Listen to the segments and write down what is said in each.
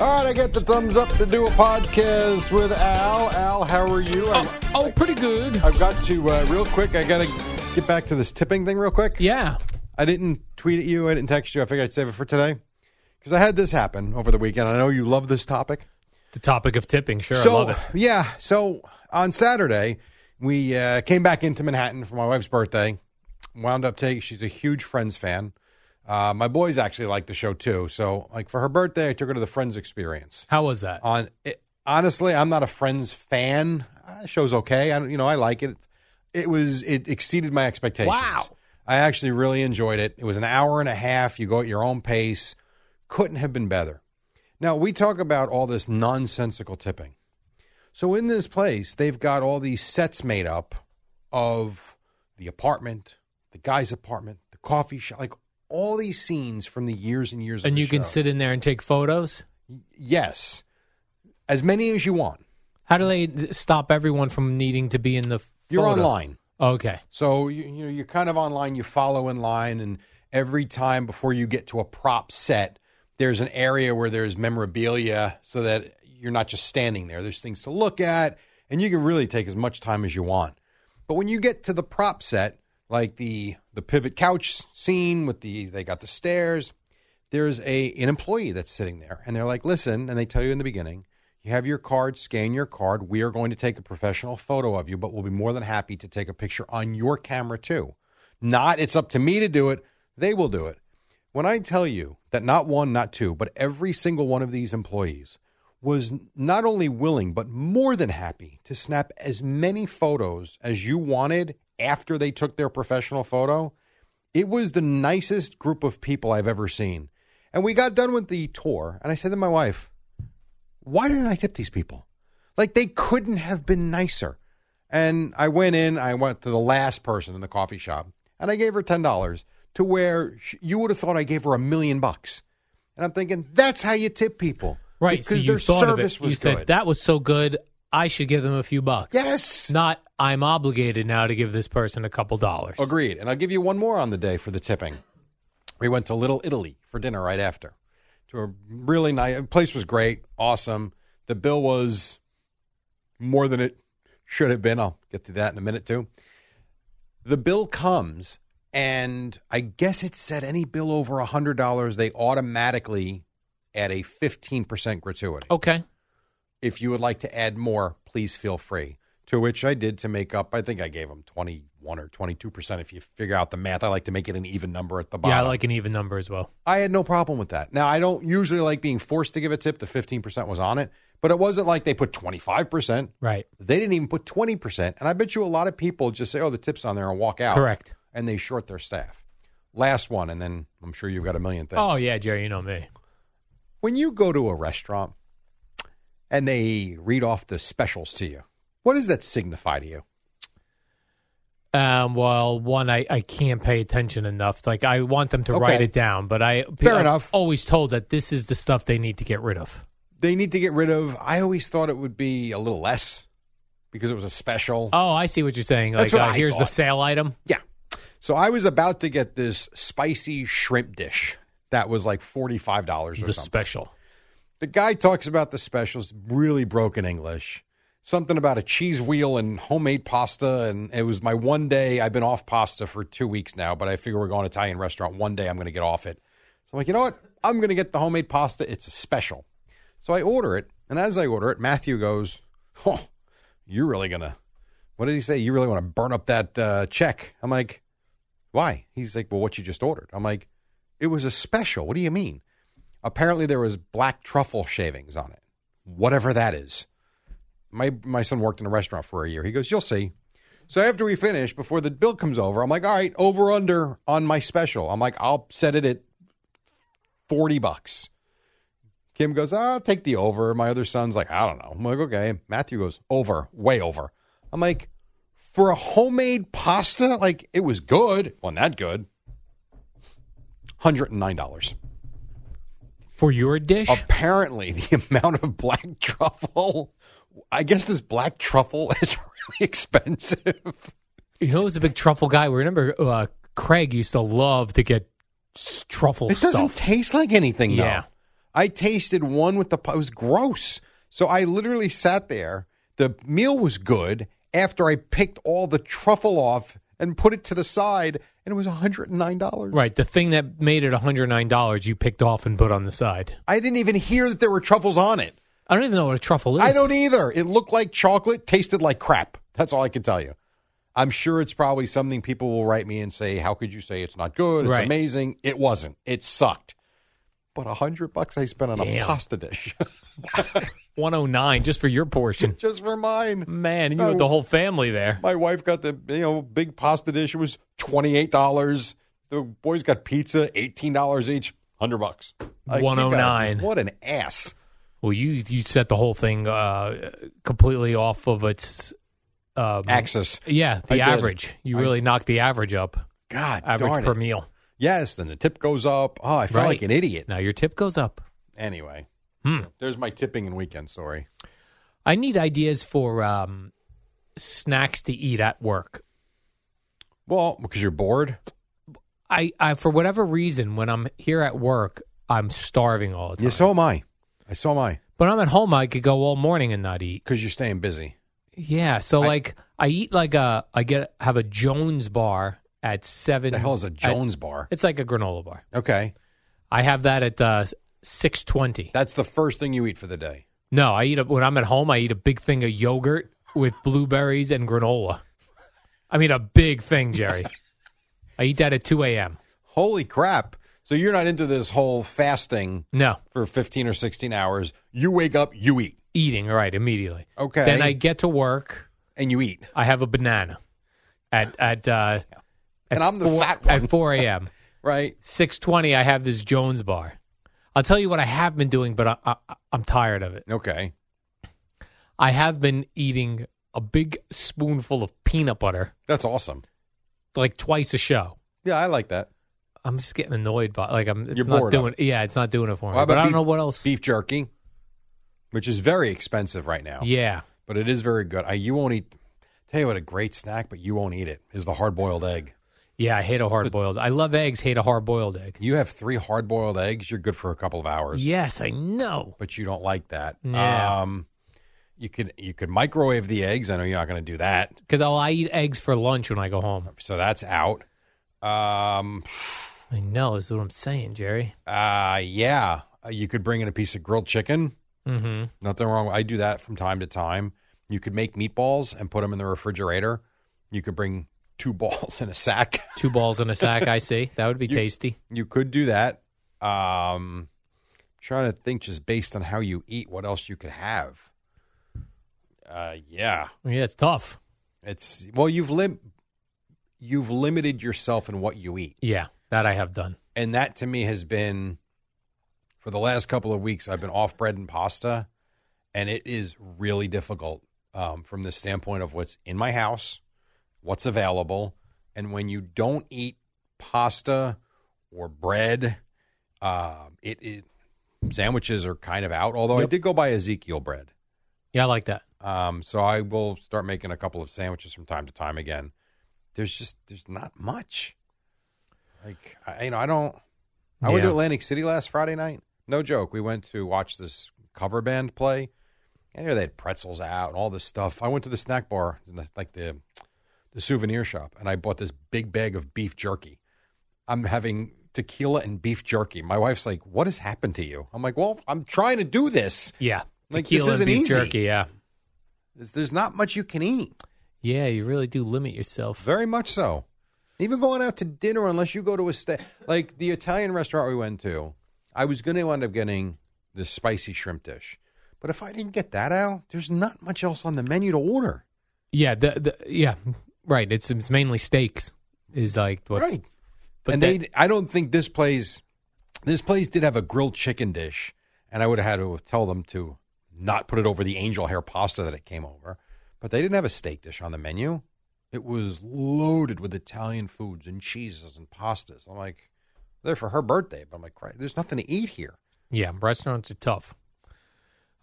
All right, I get the thumbs up to do a podcast with Al. Al, how are you? I, Oh, oh, pretty good. I've got to, uh, real quick, I got to get back to this tipping thing real quick. Yeah. I didn't tweet at you, I didn't text you. I figured I'd save it for today. Because I had this happen over the weekend. I know you love this topic. The topic of tipping. Sure, so, I love it. yeah. So on Saturday, we uh, came back into Manhattan for my wife's birthday. Wound up taking, she's a huge Friends fan. Uh, my boys actually like the show too. So, like for her birthday, I took her to the Friends experience. How was that? On it, honestly, I'm not a Friends fan. Uh, show's okay. I don't, you know, I like it. It was it exceeded my expectations. Wow. I actually really enjoyed it. It was an hour and a half. You go at your own pace. Couldn't have been better. Now, we talk about all this nonsensical tipping. So, in this place, they've got all these sets made up of the apartment, the guy's apartment, the coffee shop, like all these scenes from the years and years of and the you can show. sit in there and take photos. Yes. As many as you want. How do they th- stop everyone from needing to be in the? You're photo? online. Okay. So you, you know you're kind of online. You follow in line, and every time before you get to a prop set, there's an area where there's memorabilia, so that you're not just standing there. There's things to look at, and you can really take as much time as you want. But when you get to the prop set, like the the pivot couch scene with the they got the stairs, there's a an employee that's sitting there, and they're like, "Listen," and they tell you in the beginning. You have your card, scan your card. We are going to take a professional photo of you, but we'll be more than happy to take a picture on your camera too. Not, it's up to me to do it. They will do it. When I tell you that not one, not two, but every single one of these employees was not only willing, but more than happy to snap as many photos as you wanted after they took their professional photo, it was the nicest group of people I've ever seen. And we got done with the tour, and I said to my wife, why didn't I tip these people? Like they couldn't have been nicer. And I went in, I went to the last person in the coffee shop, and I gave her ten dollars to where sh- you would have thought I gave her a million bucks. And I'm thinking that's how you tip people, Right. Because so you their thought of service it. was you good. said that was so good. I should give them a few bucks. yes, Not. I'm obligated now to give this person a couple dollars. Agreed. And I'll give you one more on the day for the tipping. We went to Little Italy for dinner right after. To a really nice place was great, awesome. The bill was more than it should have been. I'll get to that in a minute too. The bill comes and I guess it said any bill over a hundred dollars, they automatically add a fifteen percent gratuity. Okay. If you would like to add more, please feel free. To which I did to make up, I think I gave them 21 or 22%. If you figure out the math, I like to make it an even number at the bottom. Yeah, I like an even number as well. I had no problem with that. Now, I don't usually like being forced to give a tip. The 15% was on it, but it wasn't like they put 25%. Right. They didn't even put 20%. And I bet you a lot of people just say, oh, the tip's on there and walk out. Correct. And they short their staff. Last one, and then I'm sure you've got a million things. Oh yeah, Jerry. You know me. When you go to a restaurant and they read off the specials to you, what does that signify to you? Um, well, one, I, I can't pay attention enough. Like I want them to Okay. write it down, but I Fair I'm enough. Always told that this is the stuff they need to get rid of. They need to get rid of. I always thought it would be a little less because it was a special. Oh, I see what you're saying. Like, That's what uh, I here's the thought. sale item. Yeah. So I was about to get this spicy shrimp dish that was like $45 or The something. special. the guy talks about the specials really broken English. Something about a cheese wheel and homemade pasta. And it was my one day. I've been off pasta for two weeks now, but I figure we're going to Italian restaurant. One day I'm going to get off it. So I'm like, you know what? I'm going to get the homemade pasta. It's a special. So I order it. And as I order it, Matthew goes, Oh, you're really going to, what did he say? You really want to burn up that uh, check? I'm like, why? He's like, well, what you just ordered. I'm like, it was a special. What do you mean? Apparently, there was black truffle shavings on it, whatever that is. My my son worked in a restaurant for a year. He goes, "You'll see." So after we finish, before the bill comes over, I'm like, "All right, over under on my special." I'm like, "I'll set it at forty bucks." Kim goes, "Ah, "I'll take the over." My other son's like, "I don't know." I'm like, "Okay." Matthew goes, "Over, way over." I'm like, "For a homemade pasta, like it was good, well, not good." Hundred and nine dollars. For your dish? Oh. Apparently, the amount of black truffle, I guess this black truffle is really expensive. you know, who's a big truffle guy? Remember, uh, Craig used to love to get s- truffle it doesn't stuff. taste like anything, though. Yeah. I tasted one with the, pu- it was gross. So I literally sat there. The meal was good after I picked all the truffle off and put it to the side, and it was $109. right. The thing that made it $109 you picked off and put on the side. I didn't even hear that there were truffles on it. I don't even know what a truffle is. I don't e- either. It looked like chocolate, tasted like crap. That's all I can tell you. I'm sure it's probably something people will write me and say, "How could you say it's not good? It's Right. amazing." It wasn't. It sucked. But a hundred bucks I spent on a Damn. pasta dish 109 just for your portion. just for mine. Man, you No. with the whole family there. My wife got the you know big pasta dish. It was twenty eight dollars. The boys got pizza, eighteen dollars each. Hundred bucks. Like, you gotta- 109. What an ass. Well, you you set the whole thing uh, completely off of its um, Axis. Yeah, I the did. average. You really knocked the average up. God, darn Average it. per meal. Yes, then the tip goes up. Oh, I feel Right. like an idiot. Now your tip goes up. Anyway. Hmm. There's my tipping and weekend story. I need ideas for um, snacks to eat at work. Well, because you're bored. I, I for whatever reason when I'm here at work, I'm starving all the time. Yeah, so am I. I so am I. but I'm at home, I could go all morning and not eat. Because you're staying busy. Yeah, so I- like I eat like a I get have a Jones bar at seven. What the hell is a Jones bar? at- it's like a granola bar. Okay, I have that at uh, six twenty. that's the first thing you eat for the day. No, I eat a, when I'm at home. I eat a big thing of yogurt with blueberries and granola. I mean, a big thing, Jerry. I eat that at two a.m. Holy crap! So you're not into this whole fasting No, for 15 or 16 hours. You wake up, you eat, eating right immediately. Okay. Then I get to work. and you eat. I have a banana at at uh, And I'm the four, fat one. at four a.m. Right? Six twenty. I have this Jones bar. I'll tell you what I have been doing, but I, I, I'm tired of it. Okay. I have been eating a big spoonful of peanut butter That's awesome. like twice a show. Yeah, I like that. I'm just getting annoyed by like I'm it's You're not bored of doing yeah it's not doing it for me. How about But I don't beef- know what else. Beef jerky, which is very expensive right now, Yeah, but it is very good. I, you won't eat. Tell you what, a great snack, but you won't eat it is the hard boiled egg. yeah. I hate a hard boiled. I love eggs. Hate a hard boiled egg. You have three hard boiled eggs, you're good for a couple of hours. Yes, I know. But you don't like that. Yeah. Um you could you could microwave the eggs. I know you're not gonna do that. Because I eat eggs for lunch when I go home. So that's out. Um I know is what I'm saying, Jerry. uh yeah. Uh, You could bring in a piece of grilled chicken. Mm-hmm. Nothing wrong. I do that from time to time. You could make meatballs and put them in the refrigerator. You could bring two balls in a sack. Two balls in a sack. I see. That would be You- tasty. You could do that. Um, trying to think, just based on how you eat, what else you could have. Uh, yeah, Yeah, it's tough. it's well, you've lim- you've limited yourself in what you eat, Yeah, that I have done. and that to me has been for the last couple of weeks. I've been off bread and pasta, and it is really difficult um, from the standpoint of what's in my house, what's available, and when you don't eat pasta or bread, um, it, it sandwiches are kind of out. Although I Yep. did go buy Ezekiel bread. Yeah, I like that. Um, so I will start making a couple of sandwiches from time to time again. There's just there's not much. Like I, you know, I don't. I went to Yeah. Atlantic City last Friday night. No joke. We went to watch this cover band play. And here they had pretzels out and all this stuff. I went to the snack bar, like the the souvenir shop, and I bought this big bag of beef jerky. I'm having tequila and beef jerky. My wife's like, "What has happened to you?" I'm like, "Well, I'm trying to do this. Yeah. Like, this Tequila isn't and beef easy. jerky. Yeah. There's- There's not much you can eat." Yeah, you really do limit yourself. Very much so. Even going out to dinner, unless you go to a sta- like the Italian restaurant we went to, I was going to end up getting the spicy shrimp dish. But if I didn't get that out, there's not much else on the menu to order. Yeah. The, the, yeah. Right. It's, it's mainly steaks. Is like what. right. But and that- they, I don't think this place, this place did have a grilled chicken dish, and I would have had to tell them to not put it over the angel hair pasta that it came over. But they didn't have a steak dish on the menu. It was loaded with Italian foods and cheeses and pastas. I'm like, they're for her birthday, but I'm like, "Christ, there's nothing to eat here. Yeah, restaurants are tough.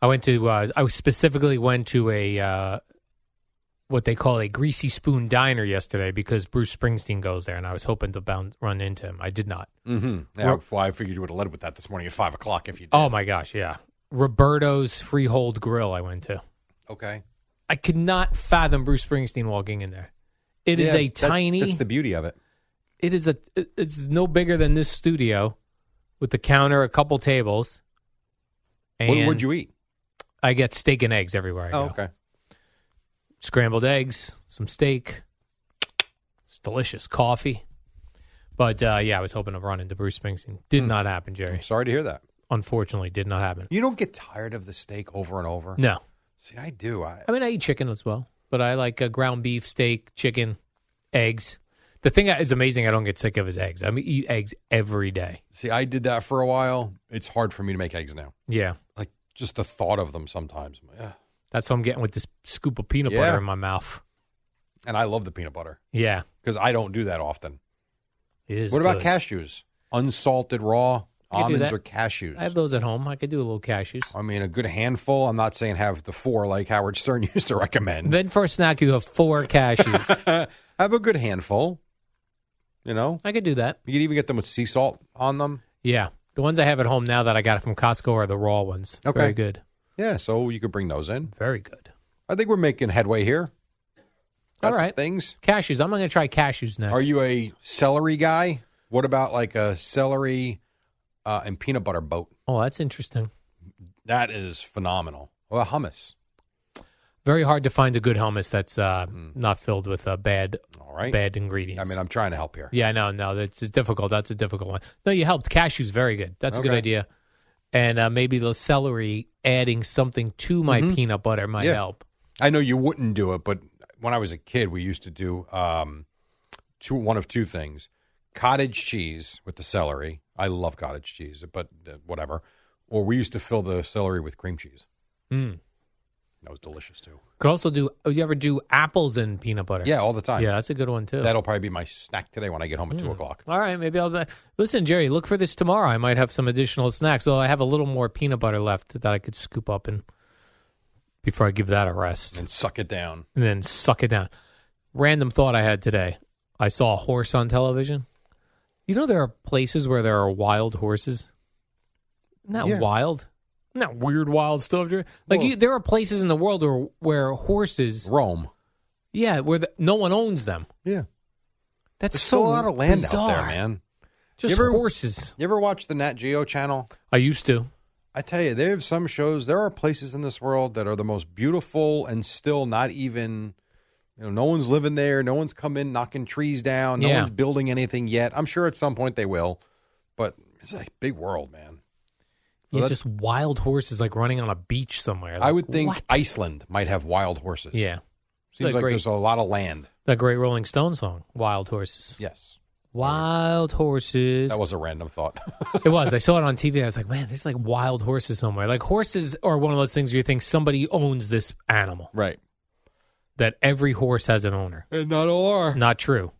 I went to uh, I specifically went to a uh, what they call a greasy spoon diner yesterday because Bruce Springsteen goes there, and I was hoping to bound, run into him. I did not. Mm-hmm. Yeah, well, I figured you would have led with that this morning at five o'clock if you did. Oh my gosh, yeah, Roberto's Freehold Grill. I went to. okay. I could not fathom Bruce Springsteen walking in there. It is Yeah, a that- tiny. That's the beauty of it. it is a it- it's no bigger than this studio, with the counter, a couple tables. And What would you eat? I get steak and eggs everywhere I go. Oh, okay. scrambled eggs, some steak. It's delicious coffee. But uh, yeah, I was hoping to run into Bruce Springsteen. Did not happen, I'm Jerry. sorry to hear that. Unfortunately, did not happen. You don't get tired of the steak over and over. No. See, I do. I, I mean, I eat chicken as well, but I like uh, ground beef, steak, chicken, eggs. The thing that is amazing I don't get sick of is eggs. I mean, eat eggs every day. See, I did that for a while. It's hard for me to make eggs now. Yeah. Like just the thought of them sometimes. I'm like, "Ugh." That's what I'm getting with this scoop of peanut Yeah. butter in my mouth. And I love the peanut butter Yeah. because I don't do that often. It is what about good. cashews? Unsalted raw I could do almonds that. or cashews? I have those at home. I could do a little cashews. I mean, a good handful. I'm not saying have the four like Howard Stern used to recommend. Then for a snack, you have four cashews. have a good handful. You know, I could do that. you can even get them with sea salt on them. Yeah. The ones I have at home now that I got from Costco are the raw ones. Okay. Very good. Yeah, so you could bring those in. Very good. I think we're making headway here. Got All some right. things. Cashews. I'm going to try cashews next. Are you a celery guy? What about like a celery uh, and peanut butter boat? Oh, that's interesting. That is phenomenal. Or a hummus. Very hard to find a good hummus that's uh, not filled with uh, bad All Hmm. right. bad ingredients. I mean, I'm trying to help here. yeah, no, no, that's it's difficult. That's a difficult one. No, you helped. Cashews, very good. That's a good Okay. idea. And uh, maybe the celery, adding something to my peanut butter might Mm-hmm. Yeah. help. I know you wouldn't do it, but when I was a kid, we used to do um, two, one of two things cottage cheese with the celery. I love cottage cheese, but uh, whatever. Or we used to fill the celery with cream cheese. Mm. That was delicious too. Could also do. Would you ever do apples and peanut butter? Yeah, all the time. yeah, Hmm. that's a good one too. That'll probably be my snack today when I get home at two o'clock. All right, maybe I'll uh, listen, Jerry. Look for this tomorrow. I might have some additional snacks. Though I have a little more peanut butter left that I could scoop up and before I give that a rest And suck it down. and then suck it down. Random thought I had today. I saw a horse on television. You know there are places where there are wild horses. Isn't that Yeah. wild? Isn't that weird wild stuff? Jerry? Like Well- you, there are places in the world where where horses, Rome. yeah, where the, no one owns them. Yeah. That's There's so still a lot of land out there, bizarre. man. Just You ever- horses. You ever watch the Nat Geo channel? I used to. I tell you, they have some shows. There are places in this world that are the most beautiful and still not even, you know, no one's living there. No one's come in knocking trees down. No Yeah. one's building anything yet. I'm sure at some point they will, but it's a big world, man. So yeah, that's- just wild horses like running on a beach somewhere. I Like, would think what? Iceland might have wild horses. yeah, Seems They're like great. there's a lot of land. that great Rolling Stone song, "Wild Horses." Yes. Wild horses. That was a random thought. it was. I saw it on TV. I was like, man, there's like wild horses somewhere. Like horses are one of those things where you think somebody owns this animal. right. That every horse has an owner. And not all are. Not true.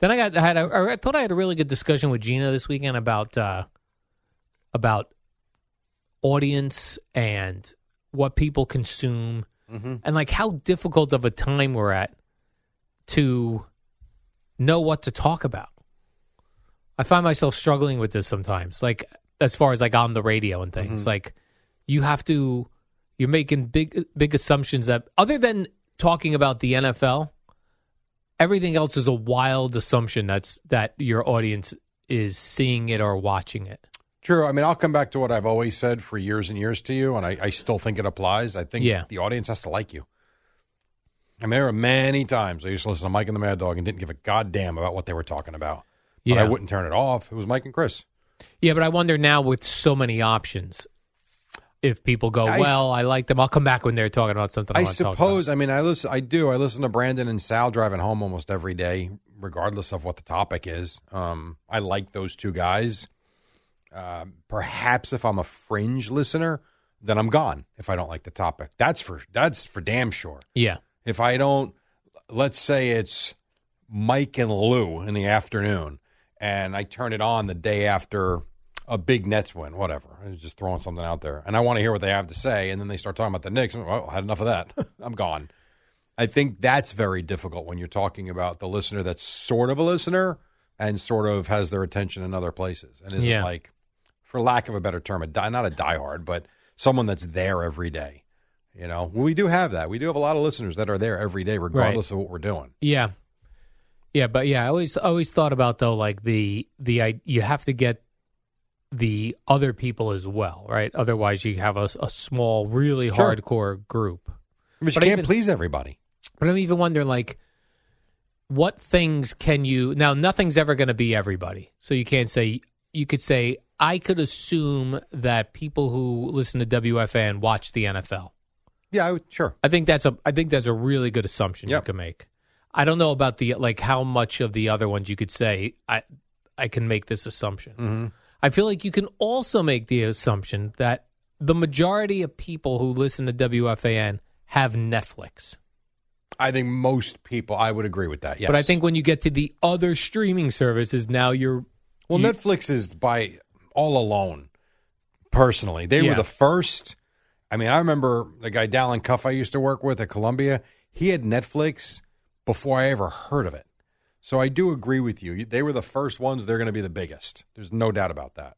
Then I got I had a, I thought I had a really good discussion with Gina this weekend about uh, about audience and what people consume Mm-hmm. and like how difficult of a time we're at to know what to talk about. I find myself struggling with this sometimes, like as far as like on the radio and things. Mm-hmm. Like you have to, you're making big big assumptions that other than talking about the NFL, everything else is a wild assumption that's that your audience is seeing it or watching it. True. I mean, I'll come back to what I've always said for years and years to you, and I, I still think it applies. I think Yeah. the audience has to like you. I mean, there are many times I used to listen to Mike and the Mad Dog and didn't give a goddamn about what they were talking about. But I wouldn't turn it off. It was Mike and Chris. Yeah, but I wonder now with so many options, if people go, I- well, I like them. I'll come back when they're talking about something. I, I want to talk suppose. I mean, I listen. I do. I listen to Brandon and Sal driving home almost every day, regardless of what the topic is. Um, I like those two guys. Uh, perhaps if I'm a fringe listener, then I'm gone. If I don't like the topic, that's for that's for damn sure. about. Yeah, If I don't, let's say it's Mike and Lou in the afternoon, and I turn it on the day after a big Nets win, whatever. I'm just throwing something out there, and I want to hear what they have to say, and then they start talking about the Knicks. I'm like, well, I had enough of that. I'm gone. I think that's very difficult when you're talking about the listener that's sort of a listener and sort of has their attention in other places and isn't Yeah. like, for lack of a better term, a die, not a diehard, but someone that's there every day. You know, we do have that. We do have a lot of listeners that are there every day, regardless of what we're doing. yeah, yeah. But yeah, I always always thought about though, like the the I, you have to get the other people as well, right? Otherwise, you have a, a small, really Sure. hardcore group. But you But I can't even- please everybody. But I'm even wondering, like, what things can you now? Nothing's ever going to be everybody, so you can't say. You could say I could assume that people who listen to WFA and watch the NFL. Yeah, I would, sure. I think that's a I think that's a really good assumption Yep. you can make. I don't know about the like how much of the other ones you could say I I can make this assumption. Mm-hmm. I feel like you can also make the assumption that the majority of people who listen to WFAN have Netflix. I think most people, I would agree with that. Yes. But I think when you get to the other streaming services, now you're Well, You- Netflix is by all alone. Personally, they were Yeah. the first. I mean, I remember the guy Dallin Cuff I used to work with at Columbia. He had Netflix before I ever heard of it. So I do agree with you. They were the first ones. They're going to be the biggest. There's no doubt about that.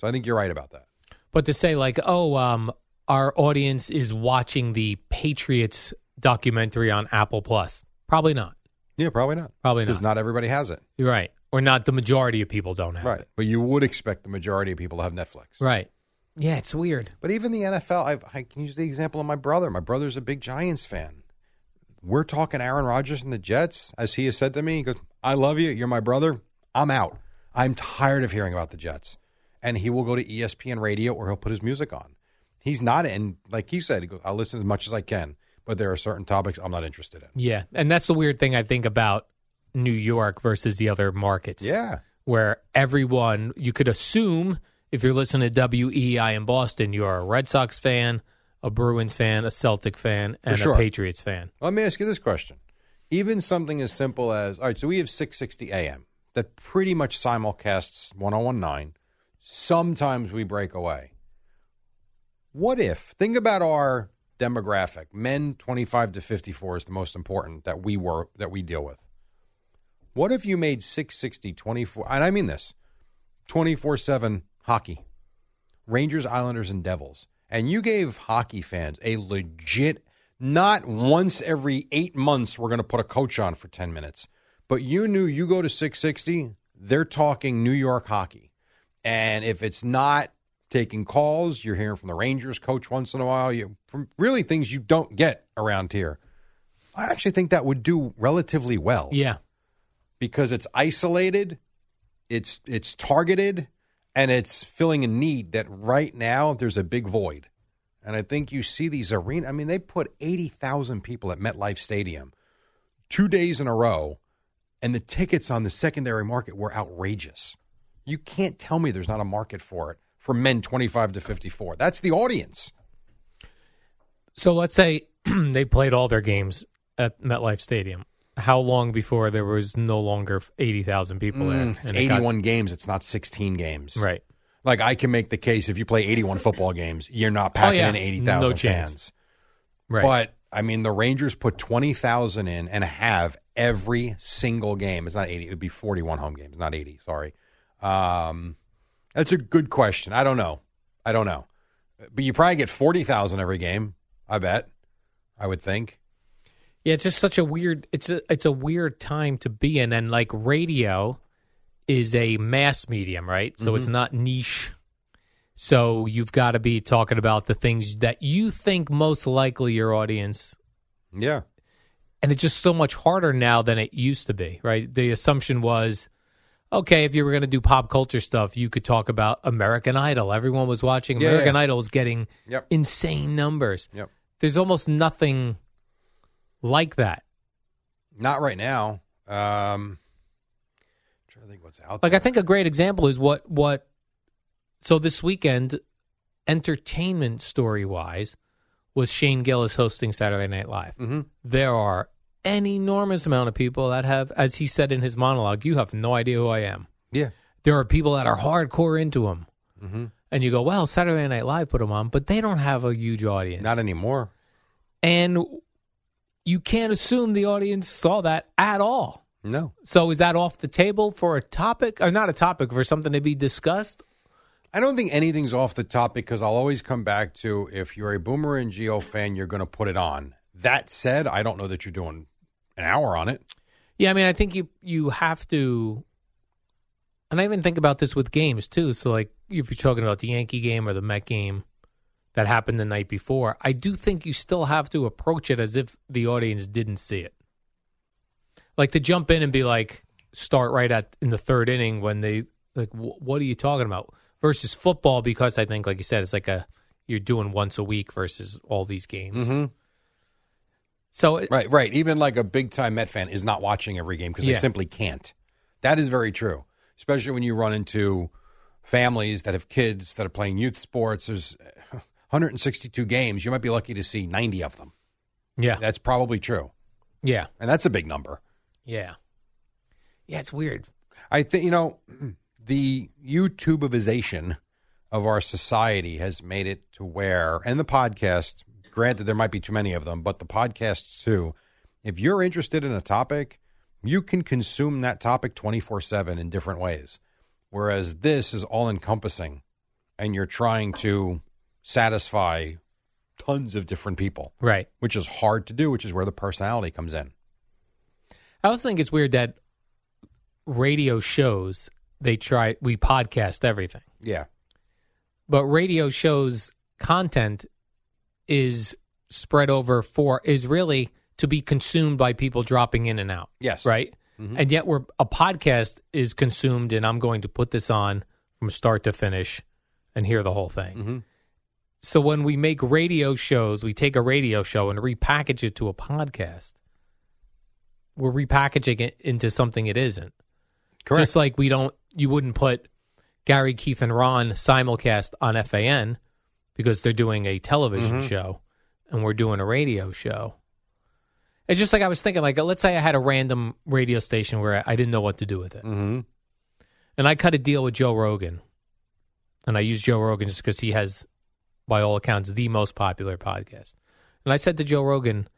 So I think you're right about that. but to say like, oh, um, our audience is watching the Patriots documentary on Apple Plus. Probably not. Yeah, probably not. Probably Because not. not everybody has it. You're right. Or not the majority of people don't have Right. it. But you would expect the majority of people to have Netflix. Right. Yeah, it's weird. But even the NFL, I've, I can use the example of my brother. My brother's a big Giants fan. We're talking Aaron Rodgers and the Jets, as he has said to me. He goes, I love you. You're my brother. I'm out. I'm tired of hearing about the Jets. And he will go to E ESPN radio or he'll put his music on. He's not in, like he said, he goes, I'll listen as much as I can, but there are certain topics I'm not interested in. Yeah. And that's the weird thing I think about New York versus the other markets. Yeah. Where everyone, you could assume if you're listening to WEI in Boston, you are a Red Sox fan, a Bruins fan, a Celtic fan, and sure. a Patriots fan. Let me ask you this question. Even something as simple as all right, so we have 660 AM that pretty much simulcasts 1019. Sometimes we break away. What if, think about our demographic, men 25 to 54 is the most important that we were that we deal with. What if you made 660 24 and I mean this 24/7 hockey. Rangers, Islanders, and Devils, and you gave hockey fans a legit, not once every eight months, we're going to put a coach on for 10 minutes, but you knew you go to 660, they're talking New York hockey. And if it's not taking calls, you're hearing from the Rangers coach once in a while, you from really things you don't get around here. I actually think that would do relatively well Yeah. because it's isolated, it's it's targeted, and it's filling a need that right now there's a big void. And I think you see these arena. I mean, they put eighty thousand people at MetLife Stadium two days in a row, and the tickets on the secondary market were outrageous. You can't tell me there's not a market for it for men twenty five to fifty four. That's the audience. So let's say they played all their games at MetLife Stadium. How long before there was no longer 80,000 people there? Mm, It's And it got- eighty one games. It's not sixteen games. right. Like I can make the case if you play 81 football games, you're not packing Oh, yeah. in 80,000 No chance. fans. Right. But I mean, the Rangers put twenty thousand in and have every single game. It's not eighty; it would be forty-one home games, not eighty. Sorry. Um, that's a good question. I don't know. I don't know. But you probably get forty thousand every game. I bet. I would think. Yeah, it's just such a weird it's a it's a weird time to be in and like radio is a mass medium, right? So Mm-hmm. it's not niche. So you've got to be talking about the things that you think most likely your audience Yeah. and it's just so much harder now than it used to be, right? The assumption was okay, if you were going to do pop culture stuff, you could talk about American Idol. Everyone was watching Yeah, American yeah. Idol was getting Yep. insane numbers. Yep. There's almost nothing like that. Not right now. Um, trying to think what's out. Like I there. think a great example is what what so this weekend entertainment story wise was Shane Gillis hosting Saturday Night Live. Mhm. There are an enormous amount of people that have as he said in his monologue, you have no idea who I am. Yeah. There are people that are hardcore into him. Mhm. And you go, well, Saturday Night Live put him on, but they don't have a huge audience. Not anymore. and you can't assume the audience saw that at all. No. So is that off the table for a topic or not a topic for something to be discussed? I don't think anything's off the top because I'll always come back to if you're a Boomer and Geo fan, you're going to put it on. That said, I don't know that you're doing an hour on it. Yeah, I mean, I think you you have to, and I even think about this with games too. So like, if you're talking about the Yankee game or the Met game that happened the night before, I do think you still have to approach it as if the audience didn't see it. Like to jump in and be like, start right at in the third inning when they like, wh- what are you talking about? Versus football, because I think, like you said, it's like a you're doing once a week versus all these games. So it, Right, right. Even like a big time Met fan is not watching every game because Yeah. they simply can't. That is very true, especially when you run into families that have kids that are playing youth sports. There's 162 games. You might be lucky to see 90 of them. yeah, That's probably true. yeah. And that's a big number. Yeah. Yeah, it's weird. I think you know the YouTubeization of our society has made it to where, and the podcast. Granted, there might be too many of them, but the podcasts too. If you're interested in a topic, you can consume that topic twenty four seven in different ways. Whereas this is all encompassing, and you're trying to satisfy tons of different people, Right. which is hard to do. Which is where the personality comes in. I also think it's weird that radio shows they try we podcast everything. Yeah, But radio shows content is spread over for is really to be consumed by people dropping in and out. Yes. Right? And yet we're a podcast is consumed and I'm going to put this on from start to finish and hear the whole thing. So when we make radio shows, we take a radio show and repackage it to a podcast. We're repackaging it into something it isn't. correct. Just like we don't, you wouldn't put Gary, Keith, and Ron simulcast on FAN because they're doing a television show and we're doing a radio show. It's just like I was thinking, like, let's say I had a random radio station where I didn't know what to do with it. mm-hmm. And I cut a deal with Joe Rogan. And I use Joe Rogan just because he has, by all accounts, the most popular podcast. And I said to Joe Rogan,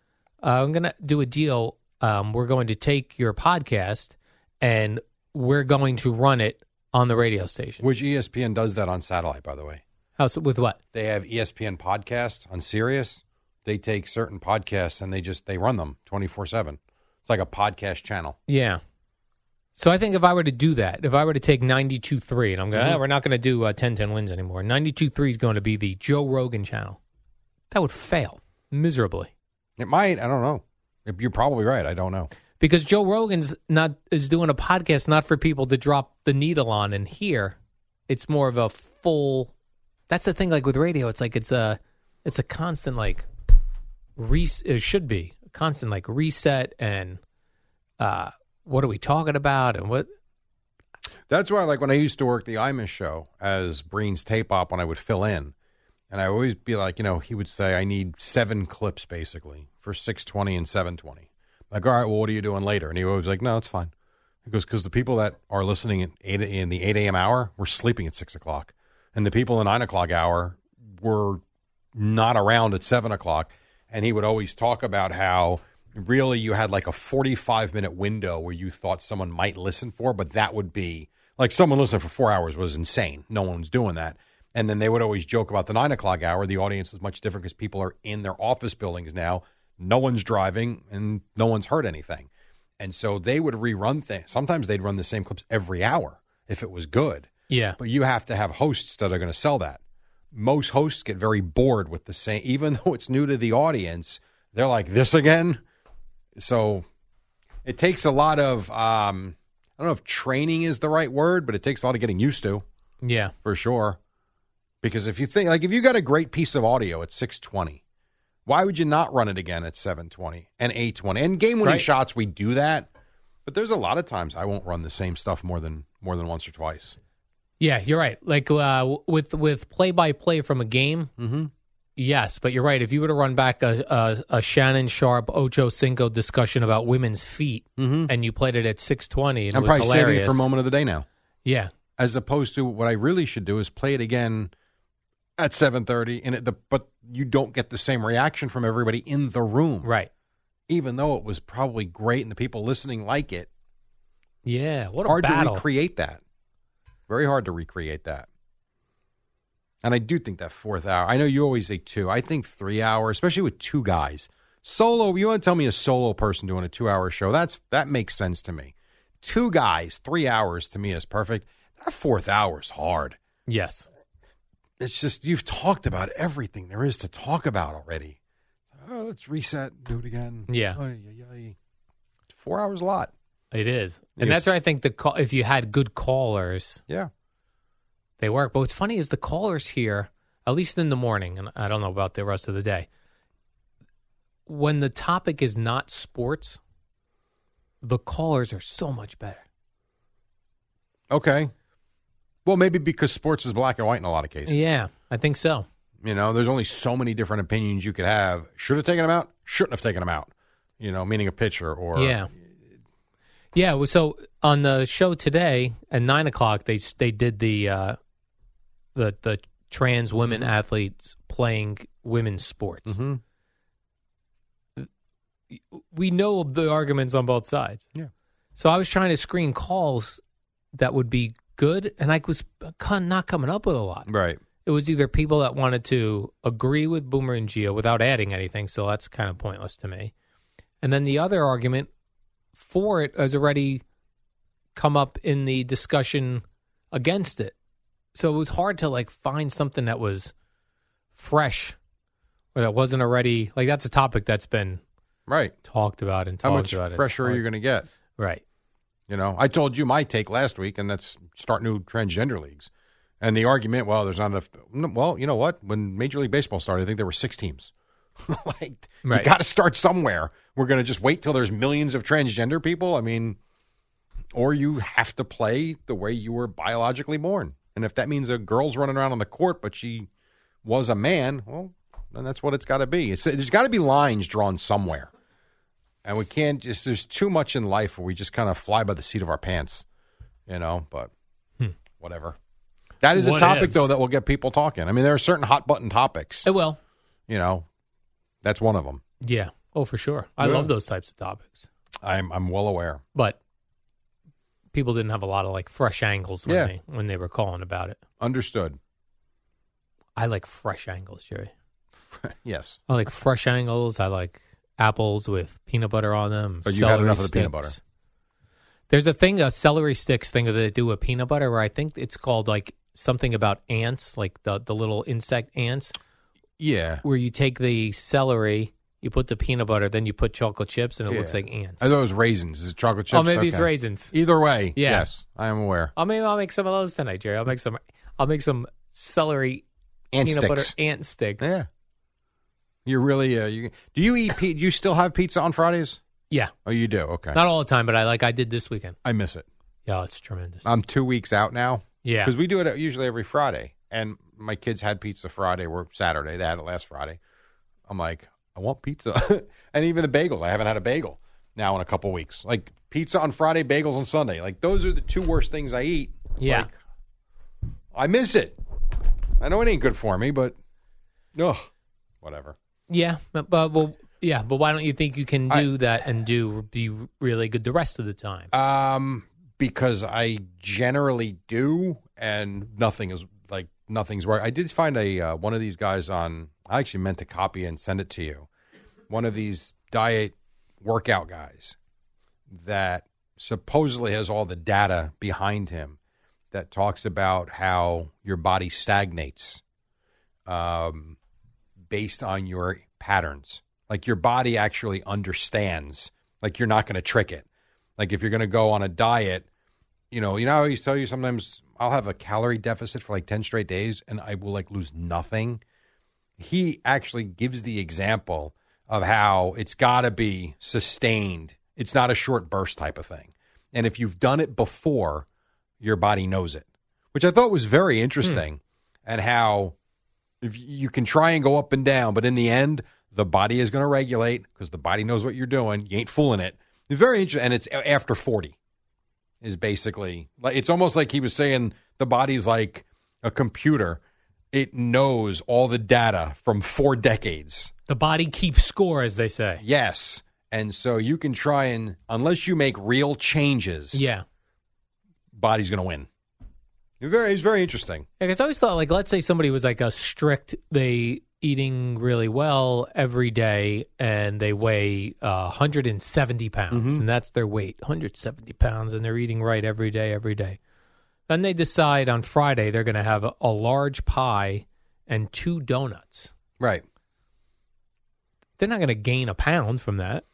uh, I'm going to do a deal. Um, we're going to take your podcast and we're going to run it on the radio station. Which E ESPN does that on satellite, by the way. How, so with what? They have E ESPN podcasts on Sirius. They take certain podcasts and they just they run them twenty four seven. It's like a podcast channel. Yeah. So I think if I were to do that, if I were to take 92.3, and I'm going, to we're not going to do uh, 10-10 wins anymore. 92.3 is going to be the Joe Rogan channel. That would fail miserably. It might. I don't know. You're probably right. I don't know. because Joe Rogan's not is doing a podcast not for people to drop the needle on and hear. It's more of a full. That's the thing. Like with radio, it's like it's a it's a constant like re it should be a constant like reset and uh what are we talking about and what That's why, like when I used to work the Imus show as Breen's tape op, when I would fill in, and I always be like, you know, he would say, "I need seven clips basically for six twenty and seven twenty. Like, all right, well, what are you doing later? And he was like, no, it's fine. He goes, because the people that are listening at eight in the eight a.m. hour were sleeping at six o'clock, and the people in nine o'clock hour were not around at seven o'clock. and he would always talk about how really you had like a 45 minute window where you thought someone might listen for, but that would be like someone listening for four hours was insane. No one's doing that. And then they would always joke about the nine o'clock hour. The audience is much different because people are in their office buildings now. No one's driving and no one's heard anything. And so they would rerun things. Sometimes they'd run the same clips every hour if it was good. Yeah. But you have to have hosts that are going to sell that. Most hosts get very bored with the same, even though it's new to the audience. They're like, this again? So it takes a lot of, um, I don't know if training is the right word, but it takes a lot of getting used to Yeah. for sure. Because if you think, like, if you got a great piece of audio at 620, why would you not run it again at 720 and 820? And game winning Right. shots, we do that. But there's a lot of times I won't run the same stuff more than more than once or twice. Yeah, you're right. Like uh, with with play by play from a game, Mhm. yes. But you're right. If you were to run back a, a, a Shannon Sharp Ocho Cinco discussion about women's feet, Mhm. and you played it at six twenty, it I'm was probably saving hilarious. it for moment of the day now, Yeah, as opposed to what I really should do is play it again at 7:30, and it, the but you don't get the same reaction from everybody in the room, right. even though it was probably great and the people listening like it. Yeah, what a hard battle. to recreate that. Very hard to recreate that. And I do think that fourth hour. I know you always say two. I think three hour, especially with two guys. Solo, you want to tell me a solo person doing a two hour show? That's that makes sense to me. Two guys, three hours to me is perfect. That fourth hour is hard. yes, It's just you've talked about everything there is to talk about already. Oh, let's reset, do it again. Yeah. Ay, ay, ay. Four hours a lot. it is, and Yes. that's where I think the call, if you had good callers, Yeah. they work. But what's funny is the callers here, at least in the morning, and I don't know about the rest of the day, when the topic is not sports, the callers are so much better. Okay. Well, maybe because sports is black and white in a lot of cases. Yeah, I think so. You know, there's only so many different opinions you could have. Should have taken him out. Shouldn't have taken him out. You know, meaning a pitcher or yeah. Yeah, well, so on the show today at nine o'clock, they s- they did the uh, the the trans women Mm-hmm. athletes playing women's sports. Mhm. we know the arguments on both sides. Yeah. So I was trying to screen calls that would be good, and I was uh, con- not coming up with a lot. Right. It was either people that wanted to agree with Boomer and Geo without adding anything, so that's kind of pointless to me. And then the other argument for it has already come up in the discussion against it. So it was hard to like find something that was fresh or that wasn't already like that's a topic that's been Right. talked about and talked How much about it. fresher are you going to get? Right. You know, I told you my take last week, and that's start new transgender leagues. And the argument, well, there's not enough. no, Well, you know what? When Major League Baseball started, I think there were six teams. like, Right. you got to start somewhere. We're going to just wait till there's millions of transgender people. I mean, or you have to play the way you were biologically born. And if that means a girl's running around on the court, but she was a man, well, then that's what it's got to be. It's, there's got to be lines drawn somewhere. And we can't just, there's too much in life where we just kind of fly by the seat of our pants, you know, but whatever. That is Hmm. What a topic, ifs? though, that will get people talking. I mean, there are certain hot button topics, It will. you know, that's one of them. Eh, Yeah. Oh, for sure. I Yeah. love those types of topics. I'm, I'm well aware. But people didn't have a lot of like fresh angles when Yeah. they when they were calling about it. Understood. I like fresh angles, Jerry. yes. I like fresh angles. I like apples with peanut butter on them. But Oh, you had celery enough of the peanut sticks. There's a thing, a celery sticks thing that they do with peanut butter, where I think it's called like something about ants, like the the little insect ants, Yeah. where you take the celery, you put the peanut butter, then you put chocolate chips, and it looks Yeah. like ants. I thought it was raisins. Is it chocolate chips? oh, maybe it's Okay. raisins. Either way, Yeah. yes, I am aware. I'll maybe I'll make some of those tonight, Jerry. I'll make some. I'll make some celery And peanut sticks. butter ant sticks. Yeah. You're really. Uh, you, do you eat? Pe- do you still have pizza on Fridays? Yeah. Oh, you do. Okay. not all the time, but I like I did this weekend. I miss it. Yeah, it's tremendous. I'm two weeks out now yeah, because Uh, we do it usually every Friday, and my kids had pizza Friday or Saturday. They had it last Friday. I'm like, I want pizza, and even the bagels. I haven't had a bagel now in a couple weeks. Like pizza on Friday, bagels on Sunday. Like those are the two worst things I eat. It's yeah. like, I miss it. I know it ain't good for me, but ugh, whatever. Yeah, but, but well, yeah, but why don't you think you can do that and do be really good the rest of the time? Um, because I generally do, and nothing is like nothing's where I did find a uh, one of these guys on. I actually meant to copy and send it to you. One of these diet workout guys that supposedly has all the data behind him that talks about how your body stagnates um, based on your patterns. Like your body actually understands. Like you're not going to trick it. Like if you're going to go on a diet, you know, you know, I always tell you sometimes I'll have a calorie deficit for like 10 straight days and I will like lose nothing. He actually gives the example of how it's got to be sustained. It's not a short burst type of thing. And if you've done it before, your body knows it, which I thought was very interesting. And how if you can try and go up and down, but in the end, the body is going to regulate because the body knows what you're doing. You ain't fooling it. It's very interesting, and it's a- after forty is basically like it's almost like he was saying the body's like a computer. It knows all the data from four decades. The body keeps score, as they say. Yes. And so you can try and, unless you make real changes, Yeah, body's going to win. It's very, it's very interesting. because I always thought like, let's say somebody was like a strict they eating really well every day and they weigh uh, 170 pounds Mm-hmm. and that's their weight 170 pounds and they're eating right every day every day then they decide on friday they're going to have a, a large pie and two donuts Right. they're not going to gain a pound from that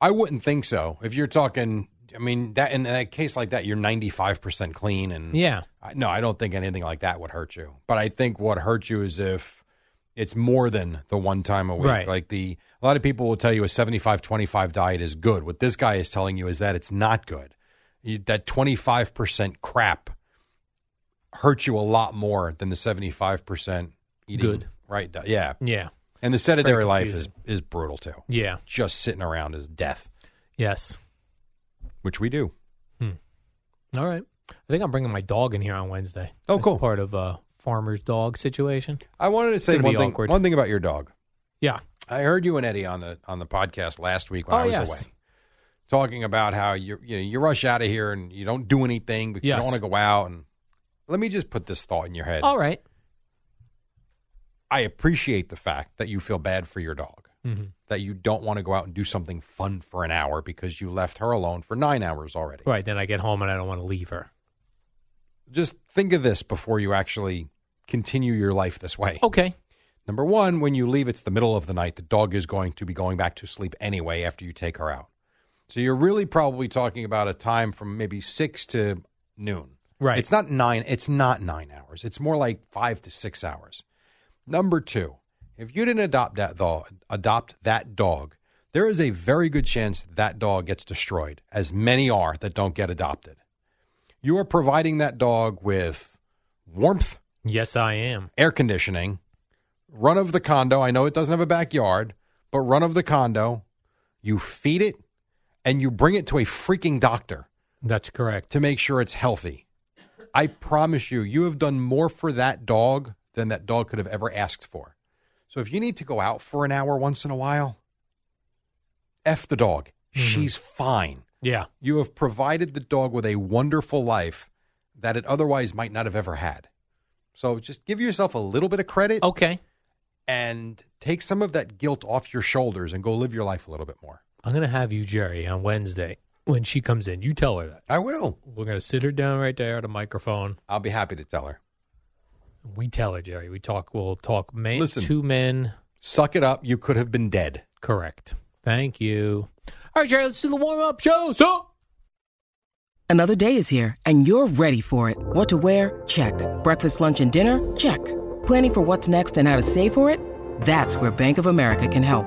I wouldn't think so. If you're talking, I mean, that in a case like that, you're 95% clean. And yeah I, no, I don't think anything like that would hurt you. But I think what hurts you is if it's more than the one time a week. Right. Like the, a lot of people will tell you a 75 25 diet is good. What this guy is telling you is that it's not good. You, that 25% crap hurts you a lot more than the 75% eating. Good. Right. di- Yeah. yeah And the sedentary life is, confusing. is brutal too. yeah Just sitting around is death, yes which we do. All right. I think I'm bringing my dog in here on Wednesday. Oh, That's cool. Part of a farmer's dog situation. I wanted to say gonna one be thing. awkward. One thing about your dog. Yeah. I heard you and Eddie on the on the podcast last week when Oh, I was yes. away, talking about how you you know you rush out of here and you don't do anything because you Yes. Oh. don't want to go out. And let me just put this thought in your head. All right. I appreciate the fact that you feel bad for your dog, Mhm. that you don't want to go out and do something fun for an hour because you left her alone for nine hours already. Right. Then I get home and I don't want to leave her. Just think of this before you actually continue your life this way. Okay. Number one, when you leave, it's the middle of the night. The dog is going to be going back to sleep anyway after you take her out. So you're really probably talking about a time from maybe six to noon. Right. It's not nine. It's not nine hours. It's more like five to six hours. Number two, if you didn't adopt that dog, adopt that dog, there is a very good chance that dog gets destroyed, as many are that don't get adopted. You are providing that dog with warmth, Yes, I am. air conditioning, run of the condo. I know it doesn't have a backyard, but run of the condo. You feed it and you bring it to a freaking doctor That's correct. to make sure it's healthy. I promise you, you have done more for that dog than that dog could have ever asked for. So if you need to go out for an hour once in a while, F the dog. She's fine. Yeah. You have provided the dog with a wonderful life that it otherwise might not have ever had. So just give yourself a little bit of credit Okay. and take some of that guilt off your shoulders and go live your life a little bit more. I'm going to have you, Jerry, on Wednesday when she comes in. You tell her that. I will. We're going to sit her down right there at a microphone. I'll be happy to tell her. We tell her, Jerry. We talk. We'll talk man, Listen. two men. Suck it up. You could have been dead. Correct. Thank you. All right, Jerry, let's do the warm up show. So. Another day is here, and you're ready for it. What to wear? Check. Breakfast, lunch, and dinner? Check. Planning for what's next and how to save for it? That's where Bank of America can help.